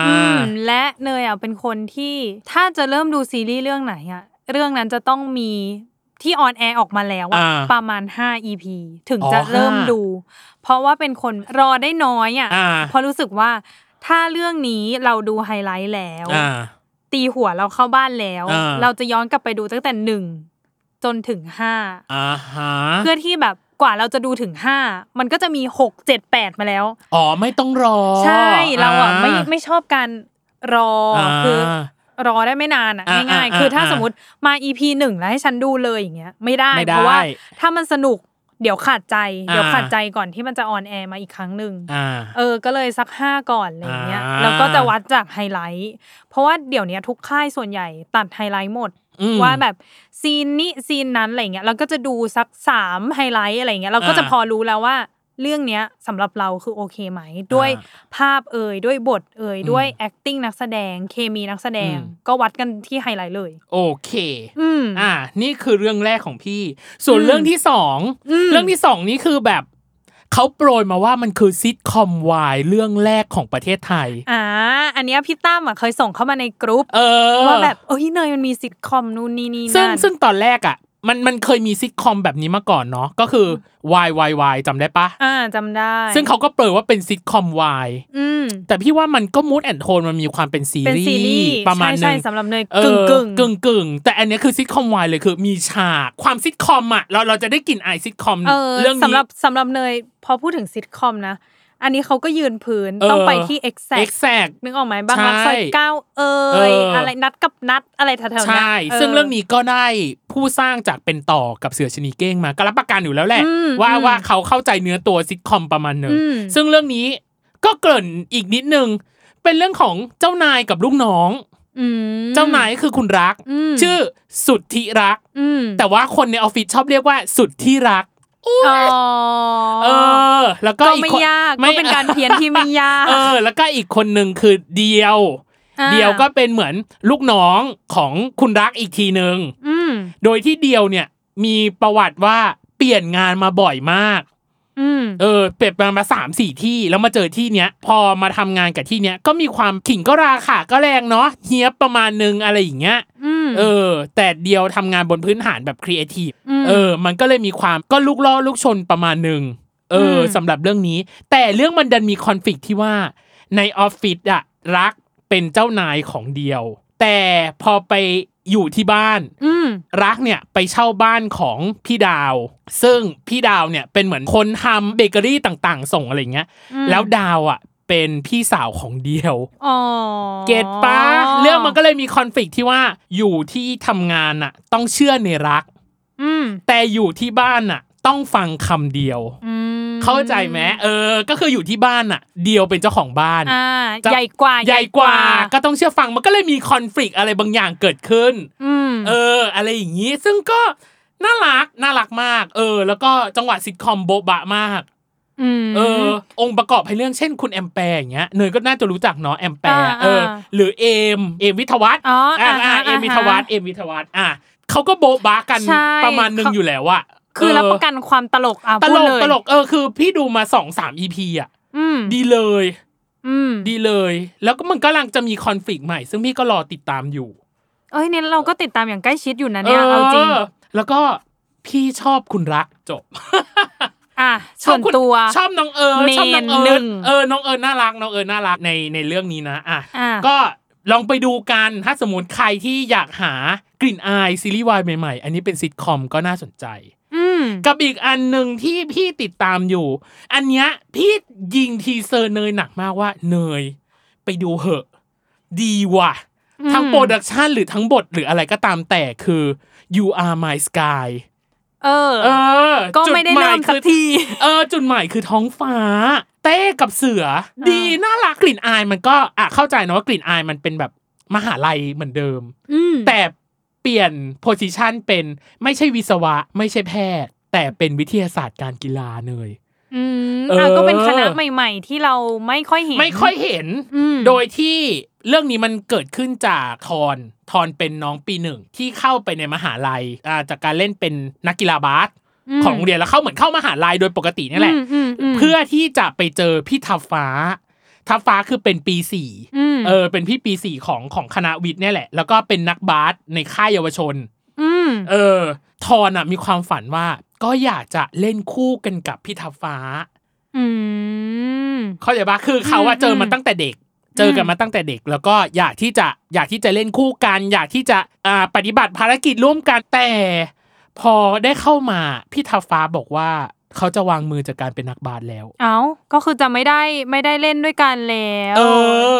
อืมและเนยอ่ะเป็นคนที่ถ้าจะเริ่มดูซีรีส์เรื่องไหนอ่ะเรื่องนั้นจะต้องมีที่ออนแอร์ออกมาแล้วอะ อ่า ประมาณ 5 EP ถึง อ๋อ จะเริ่ม ห้า ดู เพราะว่าเป็นคนรอได้น้อยอ่ะ อ่า เพราะรู้สึกว่าถ้าเรื่องนี้เราดูไฮไลท์แล้ว อ่า ตีหัวเราเข้าบ้านแล้ว อ่า เราจะย้อนกลับไปดูตั้งแต่หนึ่งจนถึงห้า อ่าฮะ เพื่อที่แบบกว่าเราจะดูถึงห้ามันก็จะมีหกเจ็ดแปดมาแล้ว อ๋อไม่ต้องรอ ใช่เราอ่ะไม่ า ไม่ชอบการรออา คือ รอได้ไม่นานอ่ะ อ่า ง่าย อ่า ๆ คือถ้า อ่า สมมติมา EP หนึ่งแล้วให้ฉันดูเลยอย่างเงี้ยไม่ได้ ไม่ได้ เพราะว่าถ้ามันสนุกเดี๋ยวขาดใจ อ่า เดี๋ยวขาดใจก่อนที่มันจะออนแอร์มาอีกครั้งหนึ่ง อ่า เออก็เลยสักห้าก่อนอะไรอย่างเงี้ย อ่า แล้วก็จะวัดจากไฮไลท์เพราะว่าเดี๋ยวเนี้ยทุกค่ายส่วนใหญ่ตัดไฮไลท์หมด อืม ว่าแบบซีนนี้ซีนนั้นอะไรเงี้ยเราก็จะดูสักสามไฮไลท์อะไรเงี้ยเราก็ อ่า จะพอรู้แล้วว่าเรื่องเนี้ยสำหรับเราคือโอเคไหม ด้วย อ่ ภาพเอ่ยด้วยบทเอ่ย อืม ด้วย acting นักแสดงเคมีนักแสดง อืม ก็วัดกันที่ไฮไลท์เลย โอเค อืม อ่า นี่คือเรื่องแรกของพี่ ส่วน อืม เรื่องที่สอง ม เรื่องที่สองนี่คือแบบเขาโปรยมาว่ามันคือซิทคอมวายเรื่องแรกของประเทศไทย อ่าอันเนี้ยพี่ตั้มอ่ะเคยส่งเข้ามาในกรุ๊ป เออ ว่าแบบเอ้ยเนยมันมีซิทคอมนู่นนี่นี่ ซึ่ง นั่น ซึ่งตอนแรกอ่ะ มันมันเคยมีซิทคอมแบบนี้มาก่อนเนาะก็คือ Y Y Y จำได้ปะ อ่าจำได้ ซึ่งเขาก็เปิดว่าเป็นซิทคอมวาย อืม แต่พี่ว่ามันก็มูดแอนโทนมันมีความเป็นซี เป็น รี ซีรี ส์ ส์ ประมาณหนึงใช่ใช่สำหรับเนย เออก ึ่งกึ่ง กึ่งกึ่งแต่อันเนี้ยคือซิทคอมวายเลยคือมีฉากความซิทคอมอ่ะเราเราจะได้กลิ่นอายซิทคอม เออ เรื่องนี้ สำหรับสำหรับเนยพอพูดถึงซิทคอมนะ อันนี้เขาก็ยืนพื้น เออ ต้องไปที่ exact exact นึกออกไหมบางรักซอย ใช่ เก้าเอ่ เอยออ อะไรนัดกับนัดอะไรแถวๆเนี้ย ใช่ ออ ซึ่งเรื่องนี้ก็ได้ผู้สร้างจากเป็นต่อกับเสือชนีเก้งมาก็รับประกันอยู่แล้วแหละ อืม ว่า อืม ว่าเขาเข้าใจเนื้อตัวซิทคอมประมาณหนึ่ง อืม ซึ่งเรื่องนี้ก็เกริ่นอีกนิดนึง เป็นเรื่องของเจ้านายกับลูกน้อง อืม เจ้านายก็คือคุณรัก ม ชื่อสุดที่รัก ม แต่ว่าคนในออฟฟิศชอบเรียกว่าสุดที่รัก อ๋อ เออ แล้วก็ ก็ อี ไม่ กคน ยาก ไม่ ก็เป็นการเพี้ยนที่ไม่ยาก เออ แล้วก็อีกคนหนึ่งคือเดียว า เดียวก็เป็นเหมือนลูกน้องของคุณรักอีกทีหนึ่ง อืม โดยที่เดียวเนี่ยมีประวัติว่าเปลี่ยนงานมาบ่อยมาก อืม เออ เปลี่ยนมามาสามสี่ที่แล้วมาเจอที่เนี้ย พอมาทำงานกับที่เนี้ยก็มีความขิงก็ราค่ะก็แรงเนาะเฮียบประมาณนึงอะไรอย่างเงี้ย อืม เออ แต่เดียวทำงานบนพื้นฐานแบบครีเอทีฟ ม เออ มันก็เลยมีความก็ลูกล่อลูกชนประมาณหนึ่ง เอออ ม สำหรับเรื่องนี้ แต่เรื่องมันดันมีคอนฟ lict ที่ว่าในออฟฟิศอะรักเป็นเจ้านายของเดียว แต่พอไปอยู่ที่บ้าน อืม รักเนี่ยไปเช่าบ้านของพี่ดาว ซึ่งพี่ดาวเนี่ยเป็นเหมือนคนทำเบเกอรี่ต่างๆ ส่งอะไรอย่างเงี้ย อืม แล้วดาวอะเป็นพี่สาวของเดียว อ๋อ เกตปะเรื่องมันก็เลยมีคอนฟ lict ที่ว่าอยู่ที่ทำงานอะต้องเชื่อในรัก อืม แต่อยู่ที่บ้านน่ะ ต้องฟังคำเดียว อืม เข้าใจไหมเออ ก็คืออยู่ที่บ้านน่ะ เดียวเป็นเจ้าของบ้าน อ่า จะ ใหญ่กว่า ใหญ่กว่าก็ต้องเชื่อฟังมันก็เลยมีคอนฟ lict อะไรบางอย่างเกิดขึ้น อืม เออ อะไรอย่างนี้ ซึ่งก็น่ารักน่ารักมาก เออ แล้วก็จังหวะซิทคอมโบ๊ะบะมาก ม เออ องค์ประกอบให้เรื่องเช่นคุณแอมแปร์อย่างเงี้ยเนยก็น่าจะรู้จักเนาะแอมแปร์ อ่า เออ อ่า หรือเอมเอมวิทยาวัฒน์ อ๋ออ่า อ่าอ่า ฮะ เอมวิท ฮะ ยาวัฒน์เอมวิทยาวัฒน์อ่ะเขาก็โบ๊ะบะกัน ใช่ ประมาณหนึง เขา อยู่แล้วอะ คือ เ รับประกันความตลกอ่ะ ต พู ล ด ก เย ตลกเออคือพี่ดูมาสองสามอีพีอ่ะ อืม ดีเลย อืม ดีเลย แล้วก็มันกำลังจะมีคอนฟ lict ใหม่ ซึ่งพี่ก็รอติดตามอยู่ เอ้ยเนี่ยเราก็ติดตามอย่างใกล้ชิดอยู่นะเนี่ยเอาจริง เออแล้วก็พี่ชอบคุณรักจบ อ่ะส่วน ชอบคุณ ตัว ชอบน้องเอิร์ธ เมน ชอบน้องเอิ หนึ่ ร์ธ ง เออน้องเอิร์ธน่ารักน้องเอิร์ธน่ารักในในเรื่องนี้นะอ่ะ อ่ะ ก็ลองไปดูกันถ้าสมมติใครที่อยากหากลิ่นอายซีรีส์วายใหม่ๆ อันนี้เป็นซิทคอมก็น่าสนใจ อืม กับอีกอันหนึ่งที่พี่ติดตามอยู่ อันเนี้ยพี่ยิงทีเซอร์เนยหนักมากว่าเนย ไปดูเหอะ ดีว่ะ ทั้งโปรดักชันหรือทั้งบทหรืออะไรก็ตามแต่คือ you are my sky เออ เออ ก็ไม่ได้ จุหาย เริ่มสัก คือ ที เออ จุดหมายคือท้องฟ้า เต้กับเสือ ดี น่ารักกลิ่นอายมันก็อ่ะเข้าใจนะว่ากลิ่นอายมันเป็นแบบมหาลัยเหมือนเดิม อืม แต่เปลี่ยนโพซิชันเป็นไม่ใช่วิศวะ ไม่ใช่แพทย์ แต่เป็นวิทยาศาสตร์การกีฬาเลย อืม เอออ่ อ่ะก็เป็นคณะใหม่ๆ ที่เราไม่ค่อยเห็น ไม่ค่อยเห็น อืม โดยที่เรื่องนี้มันเกิดขึ้นจากทอนทอนเป็นน้องปีหนึ่งที่เข้าไปในมหาลัยอ่าจากการเล่นเป็นนักกีฬาบาส ม ของโรงเรียนแล้วเข้าเหมือนเข้ามหาลัยโดยปกตินี่แหละ อืมอืมม เพื่อที่จะไปเจอพี่ทับฟ้า ทับฟ้าคือเป็นปีสี่ ม เออ เป็นพี่ปีสี่ของของคณะวิทย์เนี่ยแหละ แล้วก็เป็นนักบาสในค่ายเยาวชน อืม เออ ทอนอ่ะมีความฝันว่าก็อยากจะเล่นคู่กันกับพี่ทับฟ้า อืม เข้าใจปะคือเขาอะ อืม เจอมาตั้งแต่เด็ก เจอกันมาตั้งแต่เด็ก แล้วก็อยากที่จะอยากที่จะเล่นคู่กัน อยากที่จะอ่าปฏิบัติภารกิจร่วมกันแต่ พอได้เข้ามาพี่ทับฟ้าบอกว่าเขาจะวางมือจากการเป็นนักบาสแล้ว เอาก็คือจะไม่ได้ไม่ได้เล่นด้วยกันแล้ว เอ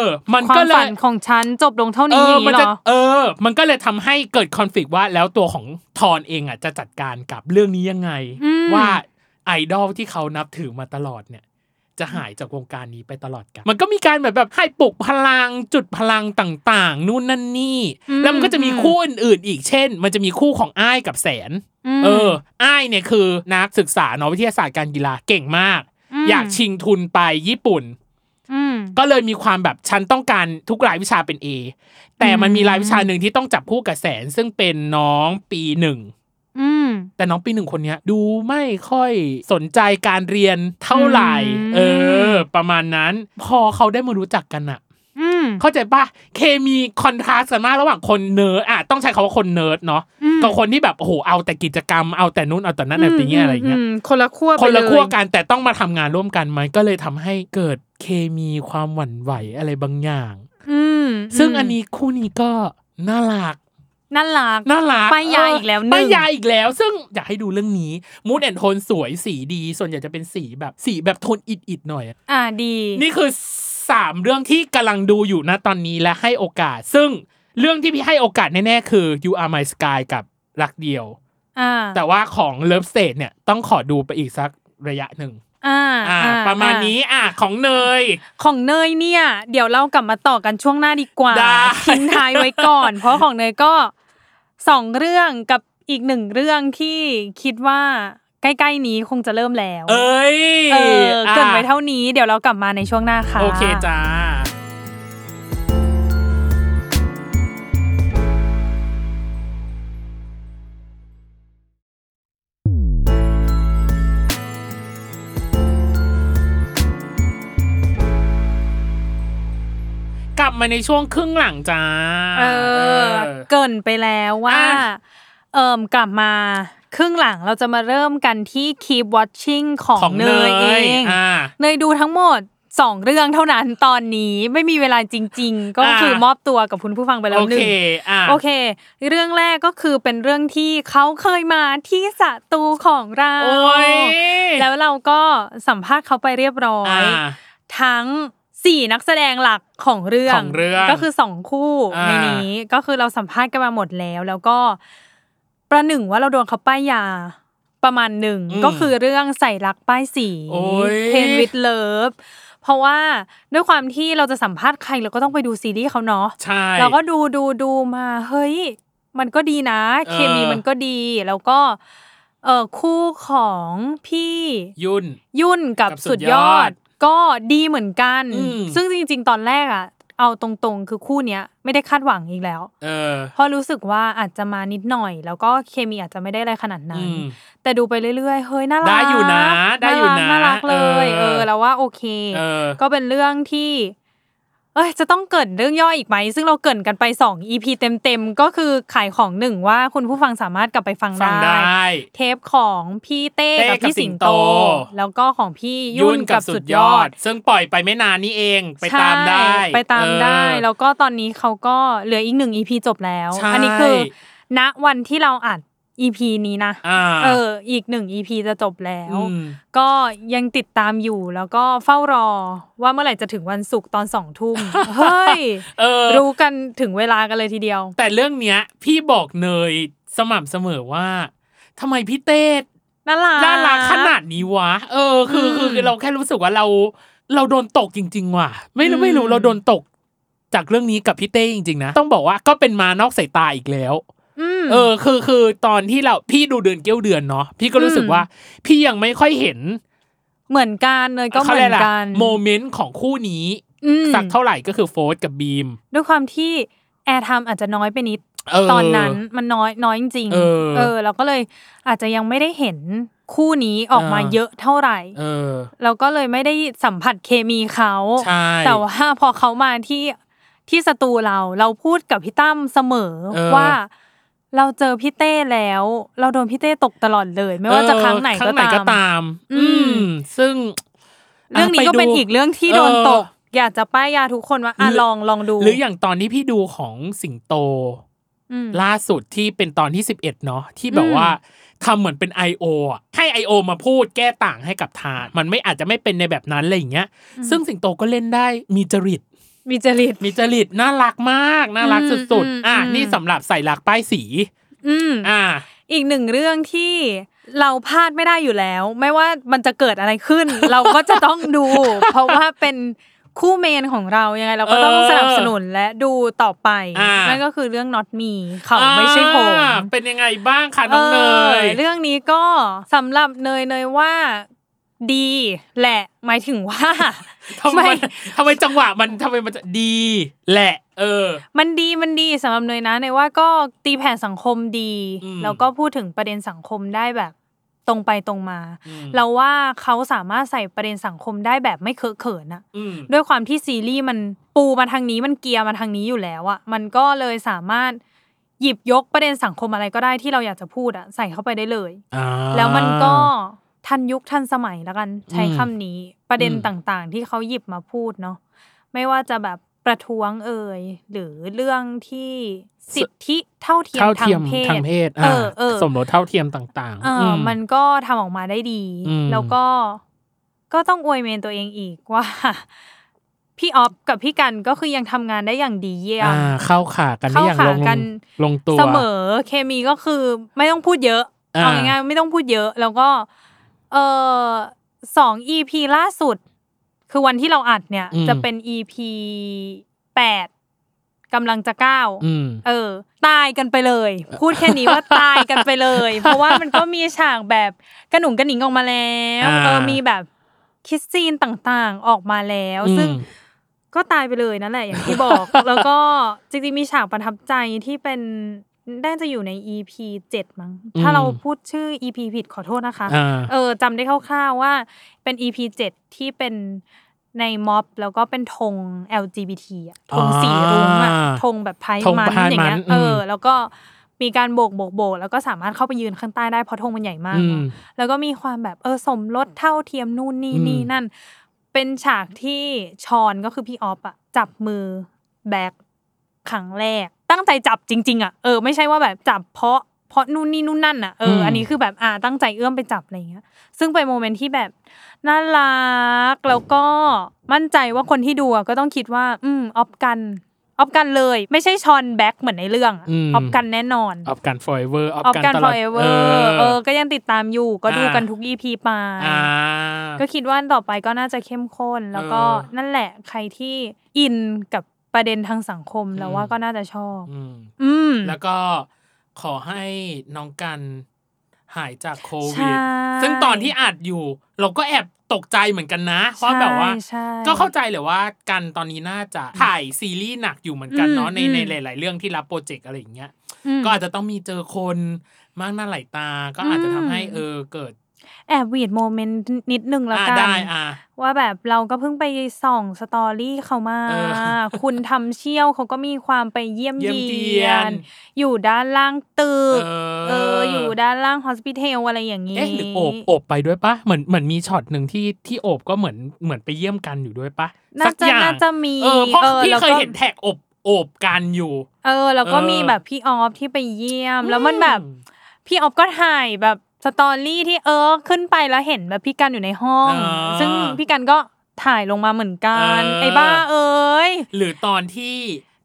อ มัน ควา ก็ ม เล ฝั ย นของฉันจบลงเท่า เอ นี้อ อย่าง มัน นี้เห จะ รอ เออ มันก็เลยทำให้เกิดคอนฟ lict ว่าแล้วตัวของทอนเองอ่ะจะจัดการกับเรื่องนี้ยังไง อืม ว่าไอดอลที่เขานับถือมาตลอดเนี่ย จะหายจากวงการนี้ไปตลอดกัน มันก็มีการแบบแบบให้ปลุกพลังจุดพลังต่างๆ นู่นนั่นนี่ แล้วมันก็จะมีคู่อื่นๆ อีกเช่น มันจะมีคู่ของอ้ายกับแสน ม เอออ้ายเนี่ยคือนักศึกษาเนาะวิทยาศาสตร์การกีฬาเก่งมาก ม อยากชิงทุนไปญี่ปุ่น อืม ก็เลยมีความแบบฉันต้องการทุกรายวิชาเป็น A แต่มันมีรายวิชาหนึ่งที่ต้องจับคู่กับแสนซึ่งเป็นน้องปีหนึ่ง อืม แต่น้องปีหนึ่งคนเนี้ยดูไม่ค่อยสนใจการเรียนเท่าไหร่ อืม เออ ประมาณนั้น พอเขาได้มารู้จักกันอะ อืม เข้าใจปะเคมีคอนทราสต์กันมากระหว่างคนเนิร์ดอะต้องใช้คาว่าคนเนิร์ดเนาะ อืม กับคนที่แบบโอ้โหเอาแต่กิจกรรมเอาแต่นู้นเอาแต่นั้นเอาแต่นี้อะไรเงี้ย มคนละขั้วไป คนละ เย ขั้วกันแต่ต้องมาทำงานร่วมกันมันก็เลยทำให้เกิดเคมีความหวั่นไหวอะไรบางอย่าง อืม ซึ่งอันนี้คู่นี้ก็น่ารัก น่ารัก น่ารัก ป้ายยาอีกแล้วหนึ่ง ป้ายยาอีกแล้ว ซึ่งอยากให้ดูเรื่องนี้มูดแอนโทนสวยสีดี ส่วนใหญ่จะเป็นสีแบบสีแบบโทนอิดอิดๆหน่อยอะ อ่าดี นี่คือสามเรื่องที่กำลังดูอยู่นะตอนนี้และให้โอกาส ซึ่งเรื่องที่พี่ให้โอกาสแน่ๆคือ you are my sky กับรักเดียว อ่า แต่ว่าของ love state เนี่ยต้องขอดูไปอีกสักระยะหนึ่ง อ่า อ่า ประมาณนี้อ่ะของเนย ของเนยเนี่ย เดี๋ยวเรากลับมาต่อกันช่วงหน้าดีกว่า ได้ ทิ้งท้ายไว้ก่อน เพราะของเนยก็สองเรื่องกับอีกหนึ่งเรื่องที่คิดว่าใกล้ๆนี้คงจะเริ่มแล้ว เอ้ย เออเกรินไว้ อ่ะ เท่านี้เดี๋ยวเรากลับมาในช่วงหน้าค่ะ โอเคจ้า กลับมาในช่วงครึ่งหลังจ้า เออเกรินไปแล้วว่า อ่ะ เอิ่มกลับมาครึ่งหลังเราจะมาเริ่มกันที่ Keep Watching ของ ของ เน เน ยเอย ง อ่า เนยดูทั้งหมดสองเรื่องเท่านั้นตอนนี้ไม่มีเวลาจริง ๆ ก็ อ่ะ คือมอบตัวกับคุณผู้ฟังไปแล้ว โอ หนึ่ เค ง อ่า โอเค เรื่องแรกก็คือเป็นเรื่องที่เขาเคยมาที่สตูของเรา โอ้ย แล้วเราก็สัมภาษณ์เขาไปเรียบร้อย อ่า ทั้งสี่นักแสดงหลักของเรื่อง ของเรื่อง ก็คือสองคู่ อ่า ในนี้ก็คือเราสัมภาษณ์กันมาหมดแล้ว แล้วก็ประหนึ่งว่าเราโดนเขาป้ายยาประมาณหนึ่งก็คือเรื่องใส่รักป้ายสี โอ้ย เพนวิดเลิฟเพราะว่าด้วยความที่เราจะสัมภาษณ์ใครเราก็ต้องไปดูซีรีส์เขาเนาะ ใช่ เราก็ดูดูดูมาเฮ้ย มันก็ดีนะ เคมี เออ มันก็ดีแล้วก็เออคู่ของพี่ ยุ่น ยุ่นกับ กับสุ สุ ด ด ย ย อ อ ด ดก็ดีเหมือนกัน อืม ซึ่งจริง ๆ ตอนแรกอ่ะ เอาตรงๆ คือคู่เนี้ยไม่ได้คาดหวังอีกแล้ว เออ เพราะรู้สึกว่าอาจจะมานิดหน่อย แล้วก็เคมีอาจจะไม่ได้อะไรขนาด อื นั้น ม แต่ดูไปเรื่อยๆ เฮ้ยน่ารัก ได้อยู่นะได้อยู่นะ น่ารักเลย เอ เอ อ อเราว่าโอเค เออ ก็เป็นเรื่องที่ เอ้ยจะต้องเกริดเรื่องย่ออีกไหม ซึ่งเราเกริดกันไปสอง EP เต็มๆ ก็คือขายของหนึ่งว่าคุณผู้ฟังสามารถกลับไปฟัง ฟังได้ เทปของพี่เต้ เต้ กับ กับ พี่ สิ สิ ง ง โต โต แล้วก็ของพี่ ยุ่ ยุ่ น น กั กั บบ สุ สุ ด ด ย ย อ อ ด ด ซึ่งปล่อยไปไม่นานนี้เอง ไปตามได้ ใช่ไปตามได้ เออ แล้วก็ตอนนี้เขาก็เหลืออีกหนึ่งอีพีจบแล้ว ใช่ อันี้คือณวันที่เราอัดอีพีนี้นะ อ่า เออ อีกหนึ่งอีพีจะจบแล้ว ม ก็ยังติดตามอยู่แล้วก็เฝ้ารอว่าเมื่อไหร่จะถึงวันศุกร์ตอนสอง ทุ่ม เฮ้ย เออ รู้กันถึงเวลากันเลยทีเดียว แต่เรื่องเนี้ย พี่บอกเนยสม่ำเสมอว่าทำไมพี่เต้ น่ารัก น่ารักขนาดนี้วะ เออ คือ อืม คือคือเราแค่รู้สึกว่าเรา เราโดนตกจริง ๆ ว่ะ ไม่รู้ อืม ไม่รู้เราโดนตก จากเรื่องนี้กับพี่เต้จริง ๆ นะ ต้องบอกว่าก็เป็นมานอกสายตาอีกแล้ว อืม เออคือคือตอนที่เราพี่ดูเดือนเกี้ยวเดือนเนาะพี่ก็รู้สึก อืม ว่า พี่ยังไม่ค่อยเห็น เหมือนกันเลยก็เห เขา มื เรีย อน กอะไร กัน โมเมนต์ของคู่นี้ อืม สักเท่าไหร่ก็คือโฟร์ธกับบีม ด้วยความที่แอร์ไทม์อาจจะน้อยไปนิด เ ตอนนั้นมันน้อยน้อยจริงๆ เออ เราก็เลยอาจจะยังไม่ได้เห็นคู่นี้ออกมา อ่า เยอะเท่าไหร่ เออ เราก็เลยไม่ได้สัมผัสเคมีเขา ใช่ แต่ว่าพอเขามาที่ที่สตูเราเราพูดกับพี่ตั้มเสมอ เออ ว่า เราเจอพี่เต้แล้ว เราโดนพี่เต้ตกตลอดเลย ไม่ว่าจะครั้งไหน เออครั้ ก็ งไหน ตาม ก็ตาม อื อื ม ม ซึ่ง เรื่องนี้ ะ ก็เป็น ไดู อีกเรื่องที่โดน เออ ตก อยากจะป้ายยาทุกคนว่าอ่ะ หรือ ลองลองดู หรืออย่างตอนที่พี่ดูของสิงโต อืม ล่าสุดที่เป็นตอนที่ 11 เนาะที่แบบว่าทำเหมือนเป็น I.O. อะให้ I.O. มาพูดแก้ต่างให้กับทานมันไม่อาจจะไม่เป็นในแบบนั้นอะไรอย่างเงี้ย ซึ่งสิงโตก็เล่นได้มีจริต มีจริต มีจริตน่ารักมาก น่ารัก อืม สุด อืม ๆ อ่ะ อืม นี่สำหรับใส่หลักป้ายสี อืม อ่ะ อีกหนึ่งเรื่องที่เราพลาดไม่ได้อยู่แล้ว ไม่ว่ามันจะเกิดอะไร ขึ้น เราก็จะต้องดู เพราะว่าเป็นคู่เมนของเรายังไง เราก็ต้อง เออ สนับสนุนและดูต่อไป อ่านั่ นั่นก็คือเรื่อง not me เขาไม่ใช่ผม อ่าเป็นยังไงบ้างคะน้องเนย เรื่องนี้ก็สำหรับเนยเนยว่าดีแหละหมายถึงว่า ทำไมมันทำไมจังหวะมันทำไมมันจะดี แหละ เออ มันดีมันดีสำหรับเนยนะเนยว่าก็ตีแผ่นสังคมดี อืม แล้วก็พูดถึงประเด็นสังคมได้แบบตรงไปตรงมา อืม เราว่าเขาสามารถใส่ประเด็นสังคมได้แบบไม่เคอะเขินอะ อืม ด้วยความที่ซีรีส์มันปูมาทางนี้มันเกียร์มาทางนี้อยู่แล้วอะมันก็เลยสามารถ หยิบยกประเด็นสังคมอะไรก็ได้ที่เราอยากจะพูดอะใส่เข้าไปได้เลย อ่า แล้วมันก็ทันยุคทันสมัยแล้วกัน ใช้ อืม คำนี้ประเด็น อืม ต่างๆ ที่เขาหยิบมาพูดเนาะไม่ว่าจะแบบประท้วงเอ่ยหรือเรื่องที่สิทธิเท่าเทียม เท่า ทา เทียม งเพศ ทางเพศ เอ อ่า อเออ สมรสเท่าเทียมต่าง เออ ๆ อ ม มันก็ทำออกมาได้ดี อืม แล้วก็ก็ต้องอวยเมนตัวเองอีกว่า พี่ออฟกับพี่กันก็คือยังทำงานได้อย่างดีเยี่ยม อ่าเข้าขากันได้อย่างล เข้าขาง กัน ลงตัว เสมอเคมีก็คือไม่ต้องพูดเยอะ อ่า เอาง่ายๆไม่ต้องพูดเยอะ แล้วก็ เออสองอีพีล่าสุด คือวันที่เราอัดเนี่ย จะเป็นอีพีแปดกำลังจะเก้า ม เออ ตายกันไปเลย พูดแค่นี้ว่า ตายกันไปเลย เพราะว่ามันก็มีฉากแบบกระหนุ่งกระหนิงออกมาแล้ว อ่า เออมีแบบคิสซีนต่างๆออกมาแล้ว อืม ซึ่งก็ตายไปเลยนั่นแหละอย่างที่บอก แล้วก็จริงๆมีฉากประทับใจที่เป็นน่าจะอยู่ใน EP 7 มั้ง ถ้าเราพูดชื่อ EP ผิดขอโทษนะคะ อ่า เออจำได้คร่าวๆว่าเป็น EP 7 ที่เป็นในม็อบ แล้วก็เป็นธง LGBT อะธงสีรุ้งอะ อ่า ธงแบบไพร ธง มัน พายมัน อย่างเงี้ย อืม เออ แล้วก็มีการโบกโบกโบกแล้วก็สามารถเข้าไปยืนข้างใต้ได้เพราะธงมันใหญ่มาก อืม เนอะแล้วก็มีความแบบเออสมรสเท่าเทียมนู่นนี่ อืม นี่นั่น เป็นฉากที่ชอนก็คือพี่ออฟอะจับมือแบกครั้งแรก ตั้งใจจับจริง ๆอะเออไม่ใช่ว่าแบบจับเพราะเพราะนู่นนี่นู่นนั่นอะเอออ ม อันนี้คือแบบอ่าตั้งใจเอื้อมไปจับอะไรอย่างเงี้ย ซึ่งเป็นโมเมนต์ที่แบบน่ารักแล้วก็มั่นใจว่าคนที่ดูอะก็ต้องคิดว่า อืมออฟกันออฟกันเลย ไม่ใช่ชอนแบ็คเหมือนในเรื่องอะ อืม ออฟกันแน่นอน ออฟกัน forever ออฟ ออฟ กัน กัน ตลอด forever เออ ก็ยังติดตามอยู่ก็ดูกันทุก EP ไป อ่า ก็คิดว่าต่อไปก็น่าจะเข้มข้น แล้วก็ เออ นั่นแหละใครที่อินกับประเด็นทางสังคม อืม เราว่าก็น่าจะชอบ อืม อืม แล้วก็ขอให้น้องกันหายจากโค ใช่ วิด ซึ่งตอนที่อัดอยู่ เราก็แอบตกใจเหมือนกันนะเพราะแบบว่า ใช่ ก็เข้าใจเลยว่ากันตอนนี้น่าจะถ่ายซีรีส์หนักอยู่เหมือนกันเนาะ อืม ใน อืม ในหลาย ๆ เรื่องที่รับโปรเจกต์อะไรอย่างเงี้ย อืม ก็อาจจะต้องมีเจอคนมากหน้าหลายตา ก็อาจจะทำให้ อืม เออเกิด แอบหวีดโมเมนต์นิดนึงละ อ่า กั ได้ น อ่า ว่าแบบเราก็เพิ่งไปส่องสตอรี่เขามา เออ คุณทำเชี่ยวเขาก็มีความไปเยี่ยม เยี่ยมเยียน อยู่ด้านล่างตึ เอก เออ อยู่ด้านล่างฮอสพิทอลอะไรอย่างนี้ เอ๊ะหรือโอบโอบไปด้วยปะเหมือนเหมือนมีช็อตหนึ่งที่ที่โอบก็เหมือนเหมือนไปเยี่ยมกันอยู่ด้วยปะ น่า สัก จะ อย่าง น่าจะมี เออเพราะพี่ แล้ว เคย ก็ เห็นแท็กโอบโอบกันอยู่ เออแล้วก็ เออ มีแบบพี่ออฟที่ไปเยี่ยม แล้วมันแบบ อืม พี่ออฟก็ถ่ายแบบสตอรี่ที่เออขึ้นไปแล้วเห็นแบบพี่กันอยู่ในห้อง อ่า ซึ่งพี่กันก็ถ่ายลงมาเหมือนกัน เออ ไอ้บ้าเอ้ย หรือตอนที่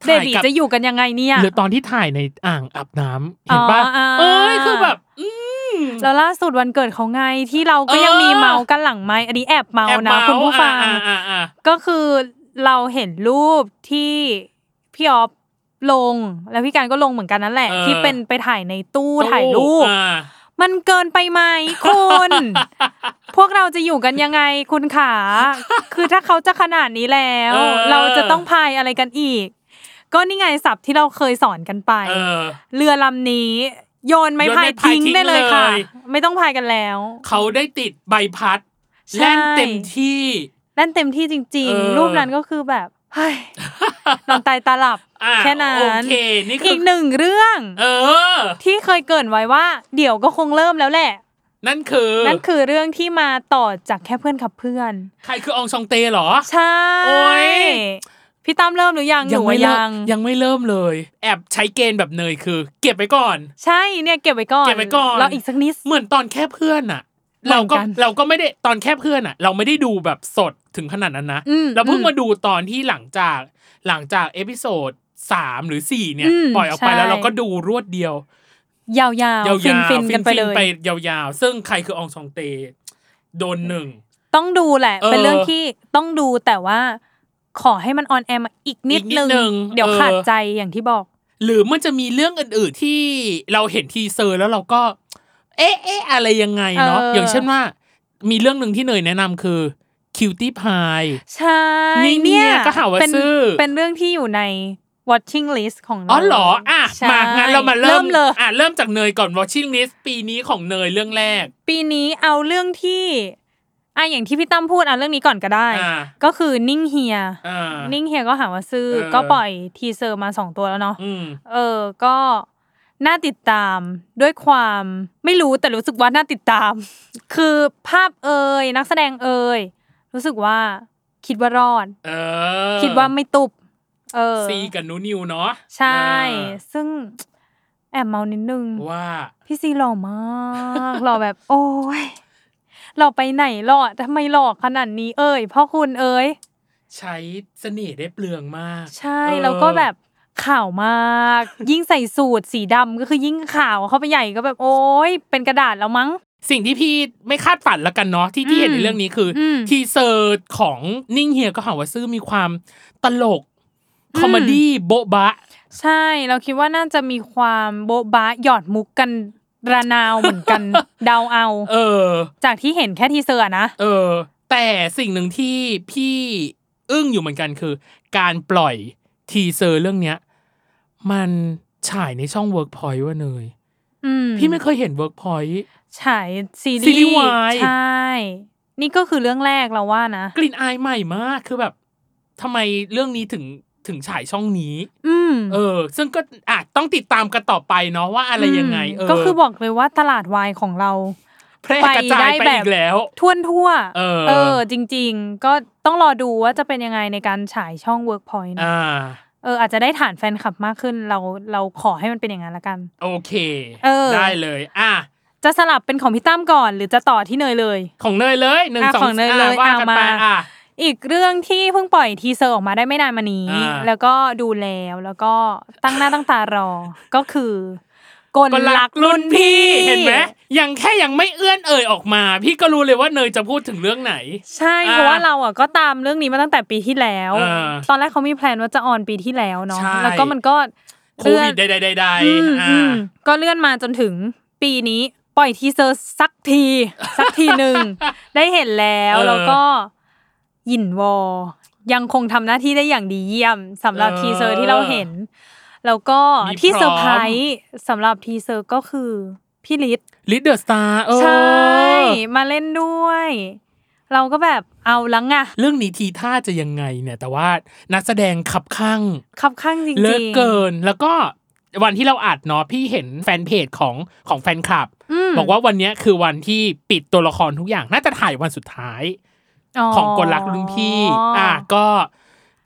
เบ ถ่าย บี กับ จะอยู่กันยังไงเนี่ย หรือตอนที่ถ่ายในอ่างอาบน้ำเห็นปะ อ๋ออ่า เอ้ยคือแบบ อืม แล้วล่าสุดวันเกิดเขาไงที่เราก็ยัง เออ มีเมาส์กันหลังไม้อันนี้แอบเมา แอบ ส์นะคุณผู้ฟัง อ่าอ่าอ่า ก็คือเราเห็นรูปที่พี่ออฟลง แล้วพี่กันก็ลงเหมือนกันนั่นแหละ เออ ที่เป็นไปถ่ายในตู้ถ่ายรูป อ่า มันเกินไปไหมคุณ พวกเราจะอยู่กันยังไงคุณขา คือถ้าเขาจะขนาดนี้แล้ว เออ เราจะต้องพายอะไรกันอีก ก็นี่ไงศัพท์ที่เราเคยสอนกันไป เออ เรือลำนี้ โยนไม้ โยนไม้ พายทิ้ง พายทิ้ง ได้เลยค่ะ เลย ไม่ต้องพายกันแล้ว เขาได้ติดใบพัด ใช่ แล่นเต็มที่ นั่นเต็มที่จริง เออ ๆ รูปนั้นก็คือแบบเฮ้ย นอนตายตาหลับ อ่า แค่นั้น โอเคนี่คื อีกหนึ่งเรื่อง เออ ที่เคยเกรินไว้ว่า เดี๋ยวก็คงเริ่มแล้วแหละ นั่นคือ นั่นคือเรื่องที่มาต่อจากแค่เพื่อนขับเพื่อน ใครคืออองซองเตเหรอ ใช่ โอ๊ย พี่ตั้มเริ่มหรือยังหนูว่า เริ่ ยั ม ง ยังไม่เริ่มเลย แอบใช้เกณฑ์แบบเนยคือ เก็บไว้ก่อน ใช่เนี่ยเก็บไว้ก่อน เก็บไว้ก่อน เราอีกสักนิด เหมือนตอนแค่เพื่อนอะ เหมื เรา อนกั ก็ น เราก็ไม่ได้ตอนแค่เพื่อนอะเราไม่ได้ดูแบบสดถึงขนาดนั้นนะ อืม เราเพิ่ง อืม มาดูตอนที่หลังจากหลังจากเอพิโซดสามหรือสี่เนี่ย อืม ปล่อยออกไป ใช่ แล้วเราก็ดูรวดเดียว ยาว ยาว ๆฟิน ๆ ฟินๆกันไป ฟิ เล ๆ ย ไปยาวๆ ซึ่งใครคืออองซองเต โดนหนึ่ง ต้องดูแหละ เออ เป็นเรื่องที่ต้องดูแต่ว่า ขอให้มันออนแอร์มาอีกนิ อีกนิดนึง เดี๋ยว เออ ขาดใจอย่างที่บอก หรือมันจะมีเรื่องอื่นๆที่เราเห็นทีเซอร์แล้วเราก็ เอ๊ะเอ๊ะอะไรยังไงเนาะ เอออ อย่างเช่นว่า มีเรื่องหนึ่งที่เนยแนะนำคือคิวตี้พาย ใช่ นี่เนี่ยก็หาว่า เป็น ซื่อ เป็นเรื่องที่อยู่ใน watching list ของเรา อ๋อเหรอ อ่ะ ใช่ มา งั้นเรามาเริ่ม เลย อ่ะ เริ่มจากเนยก่อน watching list ปีนี้ของเนยเรื่องแรก ปีนี้เอาเรื่องที่อ่ะอย่างที่พี่ตั้มพูดเอาเรื่องนี้ก่อนก็ได้ อ่า ก็คือนิ่งเฮีย อ่า นิ่งเฮียก็หาว่าซื้อ เออ ก็ปล่อยทีเซอร์มาสองตัวแล้วเนาะ อืม เออ ก็ น่าติดตามด้วยความไม่รู้แต่รู้สึกว่าน่าติดตาม คือภาพเอ่ยนักแสดงเอ่ยรู้สึกว่าคิดว่ารอด เออ คิดว่าไม่ตุบเออ ซีกับนูนิวเนาะ ใช่ อ่า ซึ่งแอบเมานิดนึง ว่า พี่ซีหล่อมาก หล่อแบบ โอ้ยหล่อไปไหนหล่อทำไมหล่อขนาดนี้เอ่ยพ่อคุณเอ่ย ใช้เสน่ห์ได้เปลืองมาก ใช่ เออ แล้วก็แบบขาวมาก ยิ่งใส่สูทสีดำก็คือยิ่งขาวเข้าไปใหญ่ก็แบบ โอ้ยเป็นกระดาษแล้วมั้ง สิ่งที่พี่ไม่คาดฝันละกันเนาะที่ที่เห็น อื ใน ม เรื่องนี้คืออ ม ทีเซอร์ของนิ่งเฮียก็หาว่าซื่อมีความตลก อืม คอมเมดี้โบ๊ะบะ ใช่ เราคิดว่าน่าจะมีความโบ๊ะบะหยอดมุกกันระนาวเหมือน กัน เดาเอา เออ จากที่เห็นแค่ทีเซอร์อะนะ เออ แต่สิ่งหนึ่งที่พี่อึ้งอยู่เหมือนกันคือ การปล่อยทีเซอร์เรื่องเนี้ย มันฉายในช่อง Workpoint ว่าเนย อืม พี่ไม่เคยเห็น Workpoint ฉายซี ซี รี รีส์วาย ใช่ นี่ก็คือเรื่องแรกเราว่านะ กลิ่นอายใหม่มากคือแบบทำไมเรื่องนี้ถึงถึงฉายช่องนี้ อืม เออ ซึ่งก็อาจต้องติดตามกันต่อไปเนาะว่าอะไรยังไง เออ ก็คือบอกเลยว่าตลาดวายของเรา แพร่กระจายไป ไปได้แบบ อีกแล้ว ท่วนทั่ว เออ จริง ๆ ก็ต้องรอดูว่าจะเป็นยังไงในการฉายช่อง Workpoint นะ อ่า เอออาจจะได้ฐานแฟนคลับมากขึ้น เราเราขอให้มันเป็นอย่างนั้นละกัน โอเค เออ ได้เลย อ่ะ จะสลับเป็นของพี่ตั้มก่อน หรือจะต่อที่เนยเลย ของเนยเลยหนึ่ง อ่ะ สอง ของเนยเลย อ่ะว่ากันไป เอามา อ่ะ อีกเรื่องที่เพิ่งปล่อยทีเซอร์ออกมาได้ไม่นานมานี้ อ่า แล้วก็ดูแล้วแล้วก็ตั้งหน้าตั้งตารอ ก็คือกล ก็ ลั รั ก ก ษณ์รุ่ รุ่ น น พี่ พี่ เห็นไหมยังแค่ยังไม่เอื้อนเอ่ยออกมา พี่ก็รู้เลยว่าเนยจะพูดถึงเรื่องไหน ใช่ อ่า เพราะว่าเราอ่ะก็ตามเรื่องนี้มาตั้งแต่ปีที่แล้ว เออ ตอนแรกเขามีแพลนว่าจะออนปีที่แล้วเนาะ ใช่ แล้วก็มันก็ โค เลื่อ วิ น ดใดๆๆ อืม อ่า อืมก็เลื่อนมาจนถึงปีนี้ปล่อยทีเซอร์สักที สักทีหนึ่งได้เห็นแล้วแล้วก็หยินวอ ยังคงทำหน้าที่ได้อย่างดีเยี่ยมสำหรับทีเซอร์ที่เราเห็น แล้วก็ที่เซอร์ไพรส์สำหรับทีเซอร์ก็คือพี่ลิศ ลิดเดอร์สตาร์ ใช่ มาเล่นด้วย เราก็แบบเอาละไงะ เรื่องนี้ทีท่าจะยังไงเนี่ย แต่ว่านักแสดงขับข้าง คับข้างจริงๆ เลิศเกินแล้วก็วันที่เราอัดเนาะพี่เห็นแฟนเพจของของแฟนคลับ ม บอกว่าวันเนี้ยคือวันที่ปิดตัวละครทุกอย่าง น่าจะถ่ายวันสุดท้ายของกลรักรุ่นพี่ อ่ะก็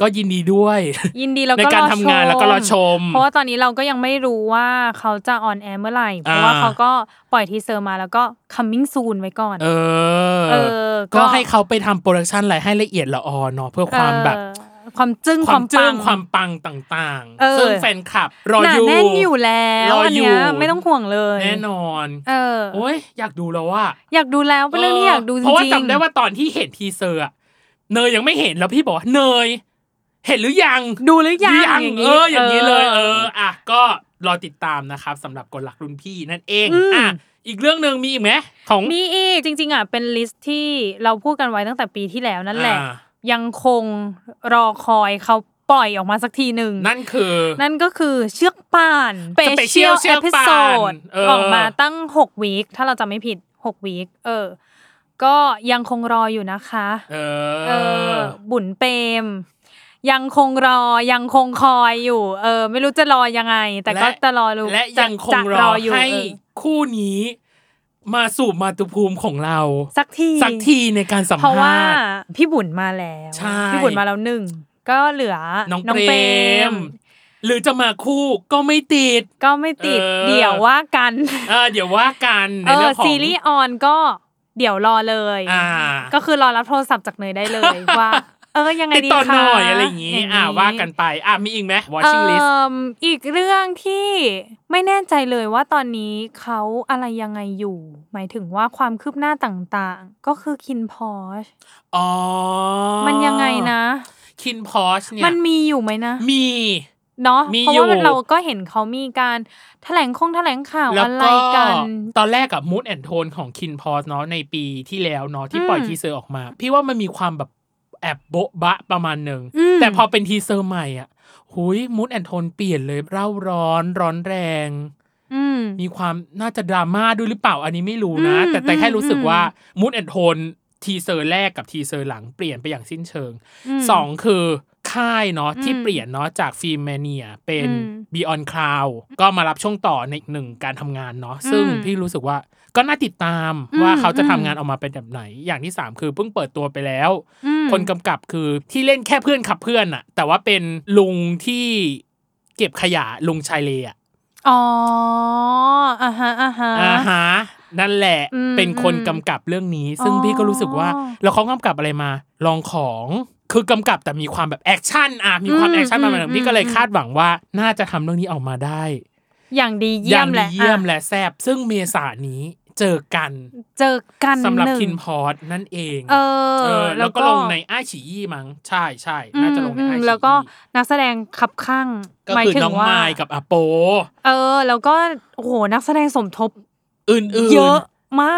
ก็ยินดีด้วย ยินดีแล้ว ใน ก็ การ อ ทำงานแล้วก็รอชม เพราะว่าตอนนี้เราก็ยังไม่รู้ว่าเขาจะออนแอร์เมื่อไหร่ เพราะ อ่า ว่าเขาก็ปล่อยทีเซอร์มาแล้วก็ coming soon ไว้ก่อน เอ เอ อ อ ก็ให้เขาไปทำโปรดักชันอะไรให้ละเอียดละออเนาะเพื่อความแบบ เออความจึ้งคคาววาม ม จึ้ ปั ง ง ความปังต่าง เออ ๆ ซึ่งแฟนคลับรอ หนา อยู่ แน่นอยู่แล้ว รออยู่ อันเนี้ยไม่ต้องห่วงเลย แน่นอน เออ โอ้ยอยากดูแล้วว่า อยากดูแล้วเป็นเรื่องที่อยากดูจริงๆ เพราะว่าจำได้ว่าตอนที่เห็นทีเซอร์อะเนยยังไม่เห็นแล้วพี่บอกว่าเนย เห็นหรือยัง ดูหรือยัง ยัง อย่างนี้ เอออย่างนี้เลย เอ เอ อ อ อ่ะก็รอติดตามนะครับสำหรับกลลักรุ่นพี่นั่นเอง อืม อ่ะอีกเรื่องหนึ่งมีอีกไหมของ มีอีกจริงๆอ่ะเป็นลิสต์ที่เราพูดกันไว้ตั้งแต่ปีที่แล้วนั่นแหละ อ่า ยังคงรอคอยเขาปล่อยออกมาสักทีหนึ่ง นั่นคือ นั่นก็คือเชือกป่าน Special เชือกป่าน Episode เออ ออกมาตั้ง 6 วีคถ้าเราจำไม่ผิด 6 วีคเออ ก็ยังคงรออยู่นะคะ เอ เอ อ อ บุญเปรม ยังคงรอยังคงคอยอยู่ เออ ไม่รู้จะรอยังไง แต่ก็ และ จะรอรู้ และ จะ ยังคง จะ รอให้ เออ คู่นี้ มาสู่มาตุภูมิของเรา สักที สักทีในการสัม เพราะ ภา ว่า ษณ์ พี่บุญมาแล้ว ใช่ พี่บุญมาแล้วหนึ่งก็เหลือ น้องเปรม หรือจะมาคู่ก็ไม่ติด ก็ไม่ติด เออ เดี๋ยวว่ากัน เออเดี๋ยวว่ากันใน เอ เรื่ อ องของ ซีรีส์ออนก็เดี๋ยวรอเลย อ่า ก็คือรอรับโทรศัพท์จากเนยได้ เลยว่า เออยังไง ติด ดี ต่อ คะ หน่อยอะไรอย่างงี้ อ่าว่ากันไป อ่ามีอีกไหม watching list เอิ่มอีกเรื่องที่ไม่แน่ใจเลยว่าตอนนี้เขาอะไรยังไงอยู่ หมายถึงว่าความคืบหน้าต่างๆ ก็คือคินพอช อ๋อ มันยังไงนะ คินพอชเนี่ย มันมีอยู่ไหมนะ มี เนาะ มี เพราะ อยู่ ว่ามันเราก็เห็นเขามีการแถลงคงแถลงข่าว แล้ว อะไร ก็ กัน ตอนแรกกับ mood and tone ของคินพอชเนาะในปีที่แล้วเนาะที่ อืม ปล่อยทีเซอร์ออกมา พี่ว่ามันมีความแบบแอบโบ๊ะบะประมาณหนึ่ง อืม แต่พอเป็นทีเซอร์ใหม่อ่ะหุย mood and tone เปลี่ยนเลยเร่าร้อนร้อนแรง อืม มีความน่าจะดราม่าด้วยหรือเปล่าอันนี้ไม่รู้นะ อืม แต่แต่แค่รู้สึก อืม ว่ามูดแอนโทนทีเซอร์แรกกับทีเซอร์หลังเปลี่ยนไปอย่างสิ้นเชิง ม สองคือ ค่ายเนาะที่ อืม เปลี่ยนเนาะจากฟิล์มเนียเป็น อืม Beyond Cloud ก็มารับช่วงต่อในอีกหนึ่งการทำงานเนาะซึ่ง อืม พี่รู้สึกว่าก็น่าติดตาม อืม ว่าเขาจะ อืม ทำงานออกมาเป็นแบบไหน อย่างที่ 3 คือเพิ่งเปิดตัวไปแล้ว อืม คนกำกับคือที่เล่นแค่เพื่อนขับเพื่อนอะแต่ว่าเป็นลุงที่เก็บขยะลุงชายเลอะ อ๋ออ่าฮะอ่าฮะ อ่าฮะนั่นแหละ อืม เป็นคน อืม กำกับเรื่องนี้ ซึ่ง อ๋อ พี่ก็รู้สึกว่าแล้วเขากำกับอะไรมา ลองของคือกำกับแต่มีความแบบแอคชั่นอะมีความแอคชั่นมาหน่อยพี่ก็เลยคาดหวังว่าน่าจะทำเรื่องนี้ออกมาได้ อย่างดี อ เยี่ย ย่างดีมแหละ เยี่ยม อ่ะ และแซบซึ่งเมษานี้เจอกัน เจอกัน สำหรับ นึ่ง คินพอร์ตนั่นเอง เออ เออแล้วก็ลงในอ้ายฉีอี้มั้งใช่ใช่น่าจะลงใน อืม อ้ายฉีอี้ แล้วก็นักแสดงขับข้าง ก็ หมาย คือ ถึ น้อง ว่าม ายกับอาโป เออ แล้วก็โอ้โหนักแสดงสมทบ อื่นๆ เยอะมา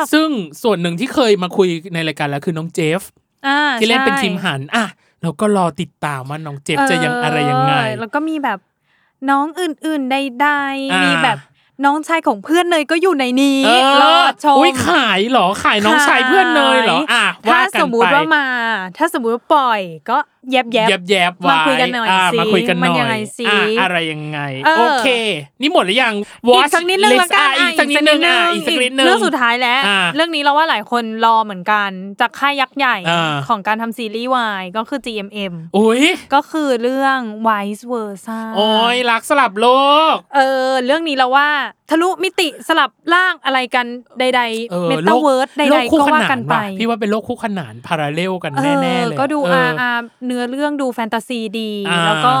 ก ซึ่งส่วนหนึ่งที่เคยมาคุยในรายการแล้วคือน้องเจฟ อ่า ที่เล่นเป็น ใช่ คิมหันอ่ะเราก็รอติดตามว่าน้องเจฟจะยังอะไรยังไง เออแล้วก็มีแบบน้องอื่นๆใด อ่า ๆ มี มีแบบน้องชายของเพื่อนเนยก็อยู่ในนี้ เอ รอดชม อุ้ยขายเหรอขายน้องชายเพื่อนเนยเหรออ่ะ ถ้า ว่ากัน สมมุ ไป ติว่ามา ถ้าสมมุติว่าปล่อยก็แยบแยบ แยบแยบๆไว้ มาคุยกันหน่อย ะ สิ มาคุยกันห มัน น่อย ยังไงสิ อ่ะอะไรยังไง เออ โอเค นี่หมดหรือยัง อีก Watch สักนิดนึง list ละกัน อ่ะอีกสักนิดนึงอ่ะอีกสักนิดนึง เรื่องสุดท้ายแล้ว อ่า เรื่องนี้เราว่าหลายคนรอเหมือนกันจากค่ายยักษ์ใหญ่ อ่า ของการทำซีรีส์วายก็คือ GMM อุ้ย ก็คือเรื่อง Vice Versa โอ้ยรักสลับโลก เออ เรื่องนี้เราว่าทะลุมิติสลับร่างอะไรกันใด อ ๆ อ เมตาเวิร์สใด โล ๆก็ว่ากันไป ว่ะพี่ว่าเป็นโลกคู่ขนานพาราเลลกัน เอ แน่ อ ๆเลย ก็ดู เ อาอาเนื้อเรื่องดูแฟนตาซีดี อ่า แล้วก็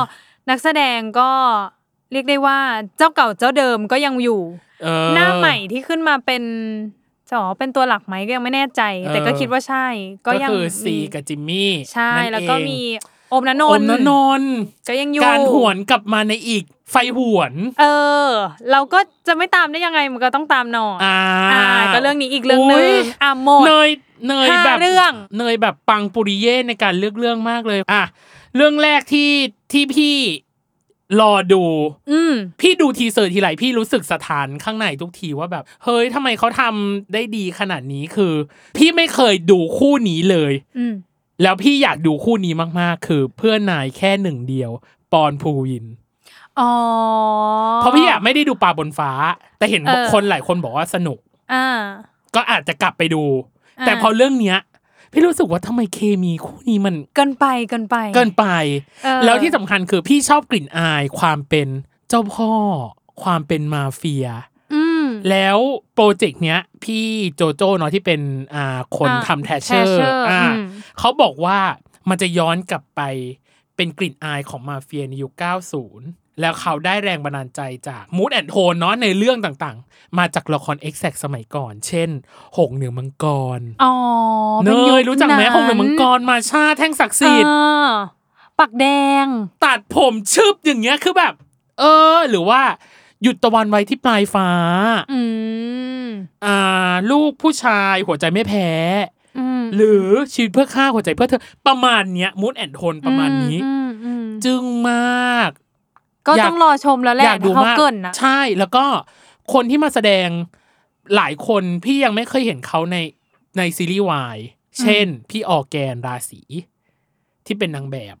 นักแสดงก็เรียกได้ว่าเจ้าเก่าเจ้าเดิมก็ยังอยู่ เออ หน้าใหม่ที่ขึ้นมาเป็นจะบอกว่าเป็นตัวหลักไหมก็ยังไม่แน่ใจ เออ แต่ก็คิดว่าใช่ ก็ ก็ ยัง คือ มี ซีกับจิมมี่ ใช่ นั่น แล้วก็ เอง มีโอมนน โอม นท์ นนนท์ ก็ยังอยู่ การหวนกลับมาในอีกไฟหวน เออ เราก็จะไม่ตามได้ยังไงมันก็ต้องตามหน่อย อ่า อ่า ก็เรื่องนี้อีกเรื่องหนึ่ง ย อ่ะหมด เนยเนย ห้า แบบ เรื่อง เนยแบบปังปุริเย่ในการเลือกเรื่องมากเลยอ่ะเรื่องแรกที่ที่พี่รอดู อืม พี่ดูทีเซอร์ทีไรพี่รู้สึกสถานข้างในทุกทีว่าแบบ เฮ้ยทำไมเขาทำได้ดีขนาดนี้คือ พี่ไม่เคยดูคู่นี้เลย อืม แล้วพี่อยากดูคู่นี้มากๆ คือเพื่อนนายแค่หนึ่งเดียว ปอนภูวิน อ๋อ เพราะพี่อยากไม่ได้ดูปลาบนฟ้า แต่เห็น เออ คนหลายคนบอกว่าสนุก อ่า ก็อาจจะกลับไปดู อ่า แต่พอเรื่องเนี้ย พี่รู้สึกว่าทำไมเคมีคู่นี้มัน เกินไปเกินไป เกินไป เออ แล้วที่สำคัญคือพี่ชอบกลิ่นอายความเป็นเจ้าพ่อ ความเป็นมาเฟีย อืม แล้วโปรเจกต์เนี้ย พี่โจโจ้เนาะที่เป็นอ่าคน อ่า ทำแทชเชอร์ Thatcher อ่า อืม เขาบอกว่ามันจะย้อนกลับไปเป็นกลิ่นอายของมาเฟียในยุค 90 แล้วเขาได้แรงบันดาลใจจากมู a แอนโทนเนาะในเรื่องต่างๆ มาจากละคร e x a c t สมัยก่อน เช่น หงเหนือมังกร อ๋อ เน ป็ค ยรู้จักไหม นั้น หงเหนือมังกรมาชาแท่งศักดิ์สิทธิ์ เออปักแดง ตัดผมชึบอย่างเงี้ยคือแบบ เออ หรือว่าหยุดตะวันไว้ที่ปลายฟ้า อืม อ่าลูกผู้ชายหัวใจไม่แพ้ อืม หรือชีวิตเพื่อฆ่าหัวใจเพื่อเธอ ประมาณเนี้ยมูดแอนโทนประมาณนี้ อืมอืมอืม จึงมาก ก็ อยาก ต้องรอชมแล้วแหละ อยากดู เขา มาก เกินนะ ใช่แล้วก็คนที่มาแสดงหลายคนพี่ยังไม่เคยเห็นเขาในในซีรีส์วายเช่น พี่ออร์แกนราศีที่เป็นนางแบบ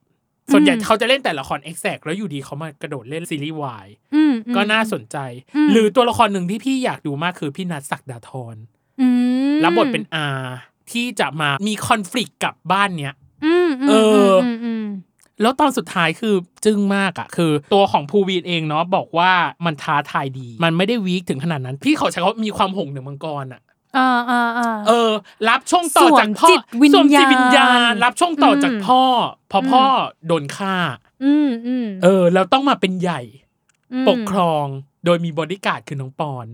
ส่วนใหญ่เขาจะเล่นแต่ละครเอ็กแซกแล้วอยู่ดีเขามากระโดดเล่นซีรีส์วาย อืมอืม ก็น่าสนใจ อืม หรือตัวละครหนึ่งที่พี่อยากดูมากคือพี่นัทศักดาธร อืม รับบทเป็นอาที่จะมามีคอน FLICT กับบ้านเนี้ย อืมม เอออื มอืม แล้วตอนสุดท้ายคือจึ้งมากอะคือ ตัวของภูวีนเองเนาะบอกว่ามันท้าทายดี มันไม่ได้วีคถึงขนาดนั้น พี่เขาใช้คำว่ามีความหงหนึ่งมังกรอะ อ่าอ่าอ่า เออ รับช่วงต่อจากพ่อ สวมจิตวิญญาณ สวมจิตวิญญาณ รับช่วงต่อจาก อืม พ่อพอพ่อโดนฆ่า อืมอืม เออ แล้วต้องมาเป็นใหญ่ ม ปกครองโดยมีบอดี้การ์ดคือน้องปอน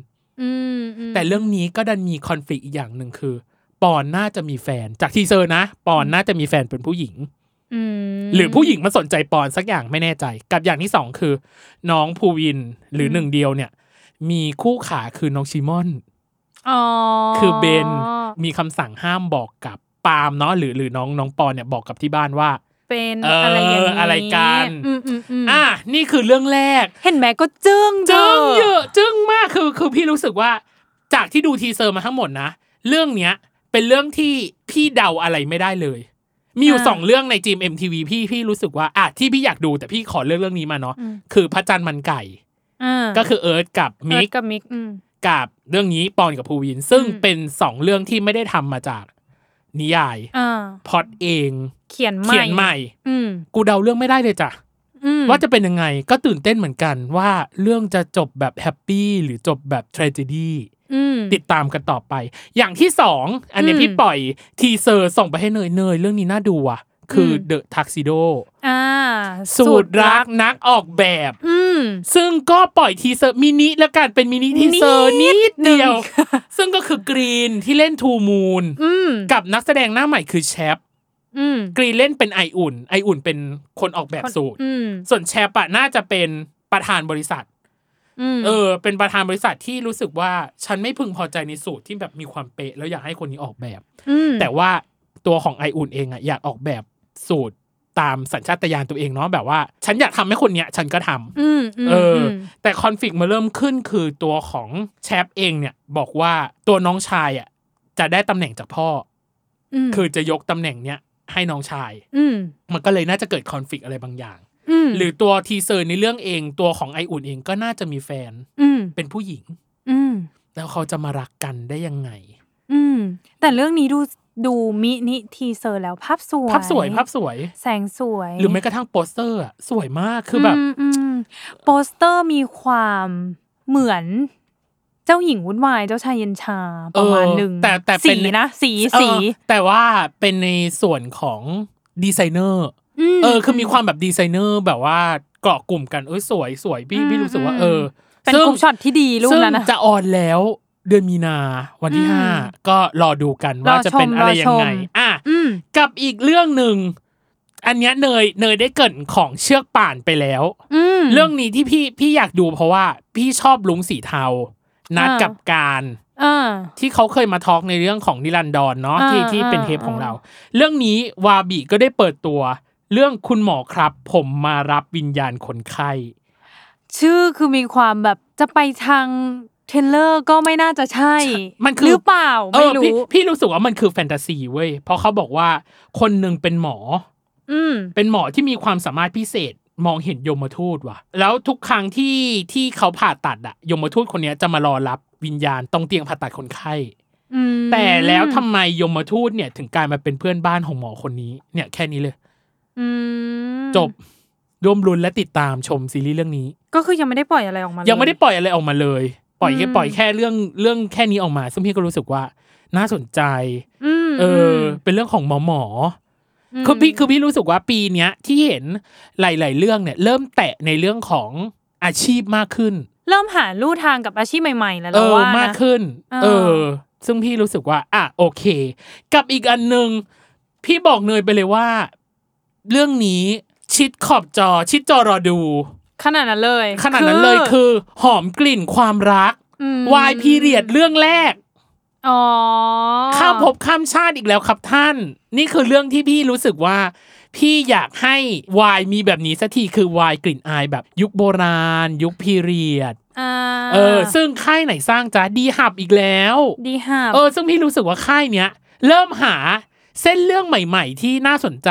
อืมอืม แต่เรื่องนี้ก็ดันมีคอน FLICT อีกอย่างหนึ่งคือ ปอนน่าจะมีแฟนจากทีเซอร์นะ ปอนน่าจะมีแฟนเป็นผู้หญิง อืม หรือผู้หญิงมาสนใจปอนสักอย่างไม่แน่ใจ กับอย่างที่สองคือ น้องภูวินหรือ ม หนึ่งเดียวเนี่ย มีคู่ขาคือน้องชิมอน อ๋อ คือเบนมีคำสั่งห้ามบอกกับปาล์มเนาะหรือหรือน้องน้องปอนเนี่ยบอกกับที่บ้านว่า เป็น เอออ อะไรอย่างนี้ อะไรกัน อืมอืมอืม อ่ะนี่คือเรื่องแรก เห็นไหมก็จึ้ง จึ้ง ธ เยอะจึ้งมากคือคือพี่รู้สึกว่า จากที่ดูทีเซอร์มาทั้งหมดนะ เรื่องเนี้ยเป็นเรื่องที่พี่เดาอะไรไม่ได้เลย มีอยู่ อ่า สองเรื่องในจีม MTV พี่พี่รู้สึกว่าอ่ะที่พี่อยากดูแต่พี่ขอเลือกเรื่องนี้มาเนาะ อืม คือพระจันทร์มันไก่ อ่า ก็คือเอิร์ธกับมิก เอิร์ธกับมิกอืม กับเรื่องนี้ปอนกับภูวิน ซึ่ง อืม เป็นสองเรื่องที่ไม่ได้ทำมาจาก นิยาย อ่า พล็อดเอง เขียนใหม่ เขียนใหม่ อืม กูเดาเรื่องไม่ได้เลยจ้ะ อืม ว่าจะเป็นยังไงก็ตื่นเต้นเหมือนกันว่าเรื่องจะจบแบบแฮปปี้หรือจบแบบ t r a g e d y อืม ติดตามกันต่อไป อย่างที่สองอันเนี้ย อืม พี่ปล่อยทีเซอร์ส่งไปให้เนยเนยเรื่องนี้น่าดูอ่ะ คืออ ม The Tuxedo อ่า สูตรรักนักออกแบบ อืม ซึ่งก็ปล่อยทีเซอร์มินิแล้วกันเป็นมินิทีเซอร์นิดเดียว นิดนึง ซึ่งก็คือกรีนที่เล่นทูมูน อืม กับนักแสดงหน้าใหม่คือแชป อืม กรีนเล่นเป็นไออุ่น ไออุ่นเป็นคนออกแบบสูตร อืม ส่วนแชปอะน่าจะเป็นประธานบริษัท อืม เออ เป็นประธานบริษัทที่รู้สึกว่าฉันไม่พึงพอใจในสูตรที่แบบมีความเป๊ะแล้วอยากให้คนนี้ออกแบบ ม แต่ว่าตัวของไออุ่นเองอะอยากออกแบบสูตรตามสัญชาตญาณตัวเองเนาะแบบว่า ฉันอยากทำให้คนเนี้ยฉันก็ทำ อืมม เอออ ม แต่คอนฟ lict มาเริ่มขึ้นคือตัวของแชปเองเนี่ยบอกว่าตัวน้องชายอะจะได้ตำแหน่งจากพ่อ อืม อคือจะยกตำแหน่งเนี้ยให้น้องชาย อืม มันก็เลยน่าจะเกิดคอนฟ lict อะไรบางอย่าง อืม หรือตัวทีเซอร์ในเรื่องเองตัวของไออุ่นเองก็น่าจะมีแฟน อืม เป็นผู้หญิง อืม แล้วเขาจะมารักกันได้ยังไง อืมแต่เรื่องนี้ดูดูมินิทีเซอร์แล้วภาพสวย ภาพสวยภาพสวย แสงสวย หรือแม้กระทั่งโปสเตอร์อะสวยมากคือแบบ มอืมโปสเตอร์มีความเหมือน เจ้าหญิงวุ่นวาย เจ้าชายเย็นชาประมาณ เออ หนึ่ง แต่แต่เป็ สีนะสี เออ สี แต่ว่าเป็นในส่วนของดีไซเนอร์ ม เออคือมีความแบบดีไซเนอร์แบบว่าเกาะกลุ่มกันเอ้ยสวยสวยพี่พี่ อืม รู้สึกว่า อืม เออ เป็น ซึ่ง กลุ่มช็อตที่ดีรูป ซึ่ง นั้นนะ จะออนแล้วเดือนมีนาวันที่ อืม ห้าก็รอดูกันว่าร อชม จะเป็นอะไร รอ ยั ช ง ม ไงอ่ะ อืม กับอีกเรื่องหนึ่ง อันเนี้ยเนยเนยได้เกรินของเชือกป่านไปแล้ว อืม เรื่องนี้ที่พี่พี่อยากดูเพราะว่าพี่ชอบลุงสีเทา นัด อ่ากั กับการ อ่า ที่เขาเคยมาทอล์กในเรื่องของนิรันดรเนาะ อ่า ที่ที่ อ่า เป็นเทปของ อ่า เรา เรื่องนี้วาบีก็ได้เปิดตัว เรื่องคุณหมอครับ ผมมารับวิญญาณคนไข้ ชื่อคือมีความแบบจะไปทางเทรลเลอร์ก็ไม่น่าจะใช่ มันคือ หรือเปล่า เอ ไม่ อพี่ รู้ พี่รู้สึกว่ามันคือแฟนตาซีเว้ยเพราะเขาบอกว่าคนหนึ่งเป็นหมอ อืม เป็นหมอที่มีความสามารถพิเศษมองเห็นยมทูตว่ะ แล้วทุกครั้งที่ที่เขาผ่าตัดอะยมทูตคนเนี้ยจะมารอรับวิญญาณตรงเตียงผ่าตัดคนไข้ อืม แต่แล้วทำไมยมทูตเนี่ยถึงกลายมาเป็นเพื่อนบ้านของหมอคนนี้เนี่ยแค่นี้เลย อืม จบร่วมรุนและติดตามชมซีรีส์เรื่องนี้ ก็คือยังไม่ได้ปล่อยอะไรออกมาเล ยังไม่ได้ปล่อยอะไรออกมาเลย ปล่อยแค่ อืม ปล่อยแค่เรื่องเรื่องแค่นี้ออกมา ซึ่งพี่ก็รู้สึกว่าน่าสนใจ อืม เออ เป็นเรื่องของหมอหมอ ม คือพี่คือพี่รู้สึกว่าปีเนี้ยที่เห็นหลาย ๆ เรื่องเนี่ยเริ่มแตะในเรื่องของอาชีพมากขึ้น เริ่มหาลู่ทางกับอาชีพใหม่ๆ แล้ว เอ เรา อ ว่านะ มากขึ้น อ่า เออ ซึ่งพี่รู้สึกว่า อ่ะโอเค กับอีกอันหนึ่งพี่บอกเนยไปเลยว่า เรื่องนี้ชิดขอบจอชิดจอรอดู ขนาดนั้นเลย ขนาดนั้นเลยคือหอมกลิ่นความรัก ม วายพีเรียดเรื่องแรก อ๋อ ข้ามภพข้ามชาติอีกแล้วครับท่าน นี่คือเรื่องที่พี่รู้สึกว่า พี่อยากให้วายมีแบบนี้สักทีคือวายกลิ่นอายแบบยุคโบราณ ยุคพีเรียด อ่า เออ ซึ่งค่ายไหนสร้างจ้าดีหับอีกแล้ว ดีห่าบ เออ ซึ่งพี่รู้สึกว่าค่ายเนี้ย เริ่มหาเส้นเรื่องใหม่ ๆ ที่น่าสนใจ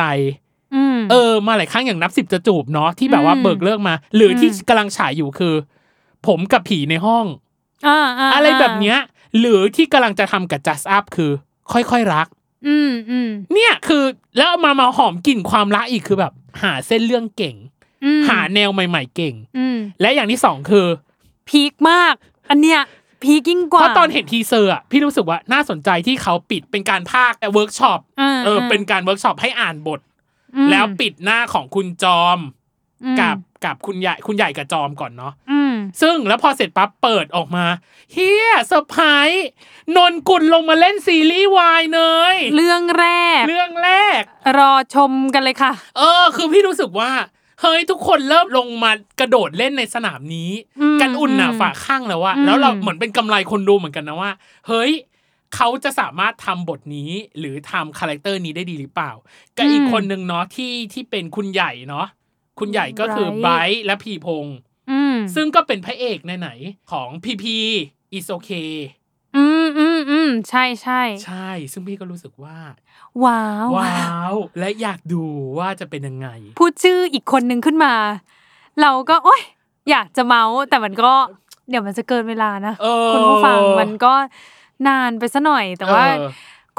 ม เออ มาหลายครั้งอย่างนับสิบจะจูบเนาะที่แบบว่า อืม เบิกเลิกมา หรืออ ม ที่กำลังฉายอยู่คือ ผมกับผีในห้อง อ่าา อะไรแบบเนี้ย หรือที่กำลังจะทำกับ just up คือ ค่อยๆรัก อืมอืม เนี่ยคือแล้วเอามามาหอมกลิ่นความรักอีกคือแบบ หาเส้นเรื่องเก่ง อืม หาแนวใหม่ๆเก่ง อืม และอย่างที่สองคือ พีคมาก อันเนี้ยพีคยิ่งกว่า เพราะตอนเห็นทีเซอร์อะพี่รู้สึกว่าน่าสนใจที่เขาปิดเป็นการภาคเวิร์กช็อป า เออ า เป็นการเวิร์กช็อปให้อ่านบท อืม แล้วปิดหน้าของคุณจอม อืม กับกับคุณใหญ่คุณใหญ่กับจอมก่อนเนาะ อืม ซึ่งแล้วพอเสร็จปั๊บเปิดออกมาเฮียเซอร์ไพรส์นนกุลลงมาเล่นซีรีส์วายเนย เรื่องแรก เรื่องแรก รอชมกันเลยค่ะ เออ คือพี่รู้สึกว่า เฮ้ย ทุกคนเริ่มลงมากระโดดเล่นในสนามนี้ อืม กันอุ่นหนา อืม ฝาข้างแล้วว่า อืม แล้วเราเหมือนเป็นกำไรคนดูเหมือนกันนะว่า เฮ้ย เขาจะสามารถทำบทนี้หรือทำคาแรคเตอร์นี้ได้ดีหรือเปล่ากับอีกคนหนึ่งเนาะที่ที่เป็นคุณใหญ่เนาะคุณใหญ่ก็คือไบรท์และพีพงษ์ อืม ซึ่งก็เป็นพระเอกไหนๆของพีพีอิสโอเค อืมอืม อืมใช่ใช่ ใช่ ซึ่งพี่ก็รู้สึกว่า ว้าว ว้าว และอยากดูว่าจะเป็นยังไง พูดชื่ออีกคนนึงขึ้นมา เราก็โอ๊ยอยากจะเมาส์แต่มันก็เดี๋ยวมันจะเกินเวลานะ เออ คุณผู้ฟังมันก็นานไปซะหน่อย แต่ว่า เออ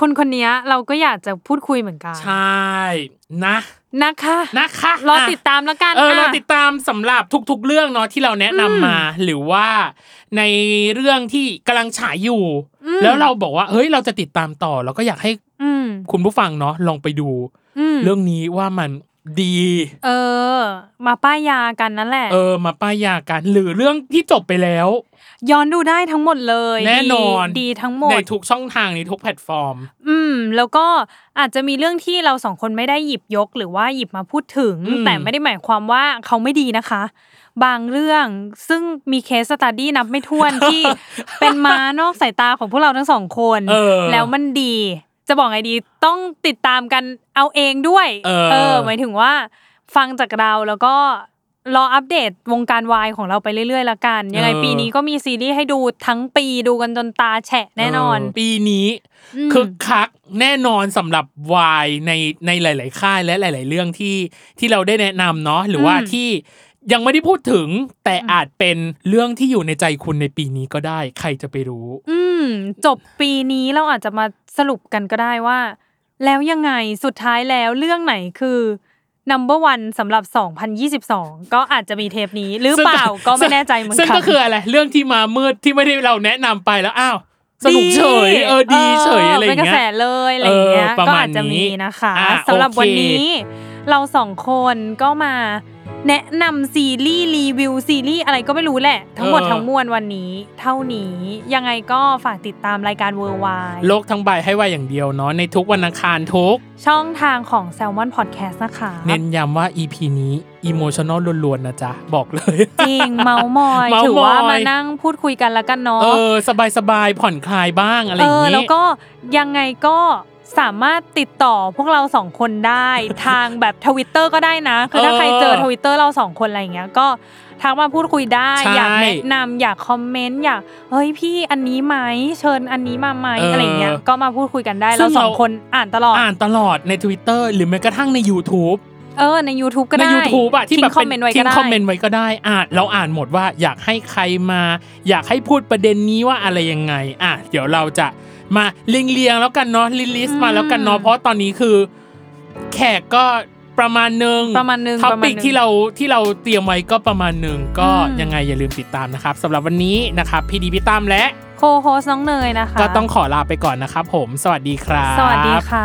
คนคนเนี้ยเราก็อยากจะพูดคุยเหมือนกัน ใช่นะ นะคะ นะคะ รอ อ่ะ ติดตามแล้วกัน เออเรา ะ ติดตามสำหรับทุกๆ เรื่องเนาะที่เราแนะนำมา หรือว่าในเรื่องที่กำลังฉายอยู่ อืม แล้วเราบอกว่าเฮ้ยเราจะติดตามต่อ เราก็อยากให้ อืม คุณผู้ฟังเนาะลองไปดู อืม เรื่องนี้ว่ามันดี เออ มาป้ายยากันนั่นแหละ เออมาป้ายยากันหรือเรื่องที่จบไปแล้ว ย้อนดูได้ทั้งหมดเลย แน่นอน ดีดีทั้งหม ใน ด ทุกช่องทางในทุกแพลตฟอร์ม อืม แล้วก็อาจจะมีเรื่องที่เราสองคนไม่ได้หยิบยก หรือว่าหยิบมาพูดถึง อืม แต่ไม่ได้หมายความว่าเขาไม่ดีนะคะ บางเรื่องซึ่งมีเคสสตัดดี้นับไม่ถ้วน ที่เป็นม้านอกสายตาของพวกเราทั้งสองคน เออ แล้วมันดี จะบอกไงดีต้องติดตามกันเอาเองด้วย เออ หมายถึงว่า ฟังจากเราแล้วก็รออัปเดตวงการวายของเราไปเรื่อยๆละกัน ยังไงปีนี้ก็มีซีรีส์ให้ดูทั้งปีดูกันจนตาแฉะแน่นอน เปีนี้ ม คึกคักแน่นอนสำหรับวายในในหลาย ๆ ค่ายและหลาย ๆ เรื่องที่ที่เราได้แนะนำเนาะหรือว่า อืม ที่ยังไม่ได้พูดถึง แต่อาจเป็นเรื่องที่อยู่ในใจคุณในปีนี้ก็ได้ ใครจะไปรู้ อืม จบปีนี้เราอาจจะมาสรุปกันก็ได้ว่า แล้วยังไงสุดท้ายแล้วเรื่องไหนคือ number one สำหรับ 2022 ก็อาจจะมีเทปนี้ หรือเป ล่า ซึ่ง ก็ไม่แน่ใจเหมือนกัน ซึ่งก็คืออะไรเรื่องที่มามืดที่ไม่ได้เราแนะนำไปแล้วอ้าวสนุกเฉยเออดีเฉยอะไรอย่าง เป็นก เงี้ ระแส ย เลยอะไรอย่างเงี้ย เออประ ก็ มาณ อาจจะมีนะคะ นี้อ่ะ สำหรับ โอเควั วันนี้ เราสองคนก็มาแนะนำซีรีส์รีวิวซีรีส์อะไรก็ไม่รู้แหละ ทั้งหมด เออ ทั้งมวลวันนี้ เท่านี้ยังไงก็ฝากติดตามรายการเวอร์วาย โลกทั้งใบให้ไวายอย่างเดียวเนาะในทุกวันอังคารทุก ช่องทางของ s ซ l m o n Podcast นะคะ เน้นย้ำว่า EP นี้อิโมชันอลล้วนๆนะจ๊ะ บอกเลย จริงเมามอย เมามอย ถือว่ามานั่งพูดคุยกันแล้วกันเนาะ เออ สบายๆ ผ่อนคลายบ้างอะไรอย่าง เออ นี้ แล้วก็ยังไงก็สามารถติดต่อพวกเราสองคนได้ ทางแบบทวิตเตอร์ก็ได้นะ คือถ้า เออ ใครเจอทวิตเตอร์เราสองคนอะไรอย่างเงี้ยก็ทักมาพูดคุยได้ ใช่ อยากแนะนำอยากคอมเมนต์อยากเฮ้ยพี่อันนี้ไหมเชิญอันนี้มาไหม เอออ อะไรเงี้ยก็มาพูดคุยกันได้ ซึ่ เรา ง สอง เรา คนอ่านตลอด อ่านตลอดใน Twitter หรือแม้กระทั่งใน YouTube เออใน YouTube ก็ ใน ได้ YouTube อะที่ ทิ้ แบบ งคอมเมนต์ไว้ ทิ้ ก็ ง ได้ คอมเมนต์ไว้ก็ได้อ่านเราอ่านหมดว่าอยากให้ใครมา อยากให้พูดประเด็นนี้ว่าอะไรยังไง อ่ะ เดี๋ยวเราจะมาเลียงเลียงๆแล้วกันเนาะลิลิส อืม มาแล้วกันเนาะเพราะตอนนี้คือ แขกก็ประมาณหนึ่ง ประมาณหนึ่ง ท็อ ประมาณหนึ่ ปิก ง ที่เราที่เราเตรียมไว้ก็ประมาณหนึ่งก็ อืม ยังไงอย่าลืมติดตามนะครับสำหรับวันนี้นะครับพี่ดีพี่ตั้มและ โคโฮสน้องเนยนะคะ ก็ต้องขอลาไปก่อนนะครับผม สวัสดีครับ สวัสดีค่ะ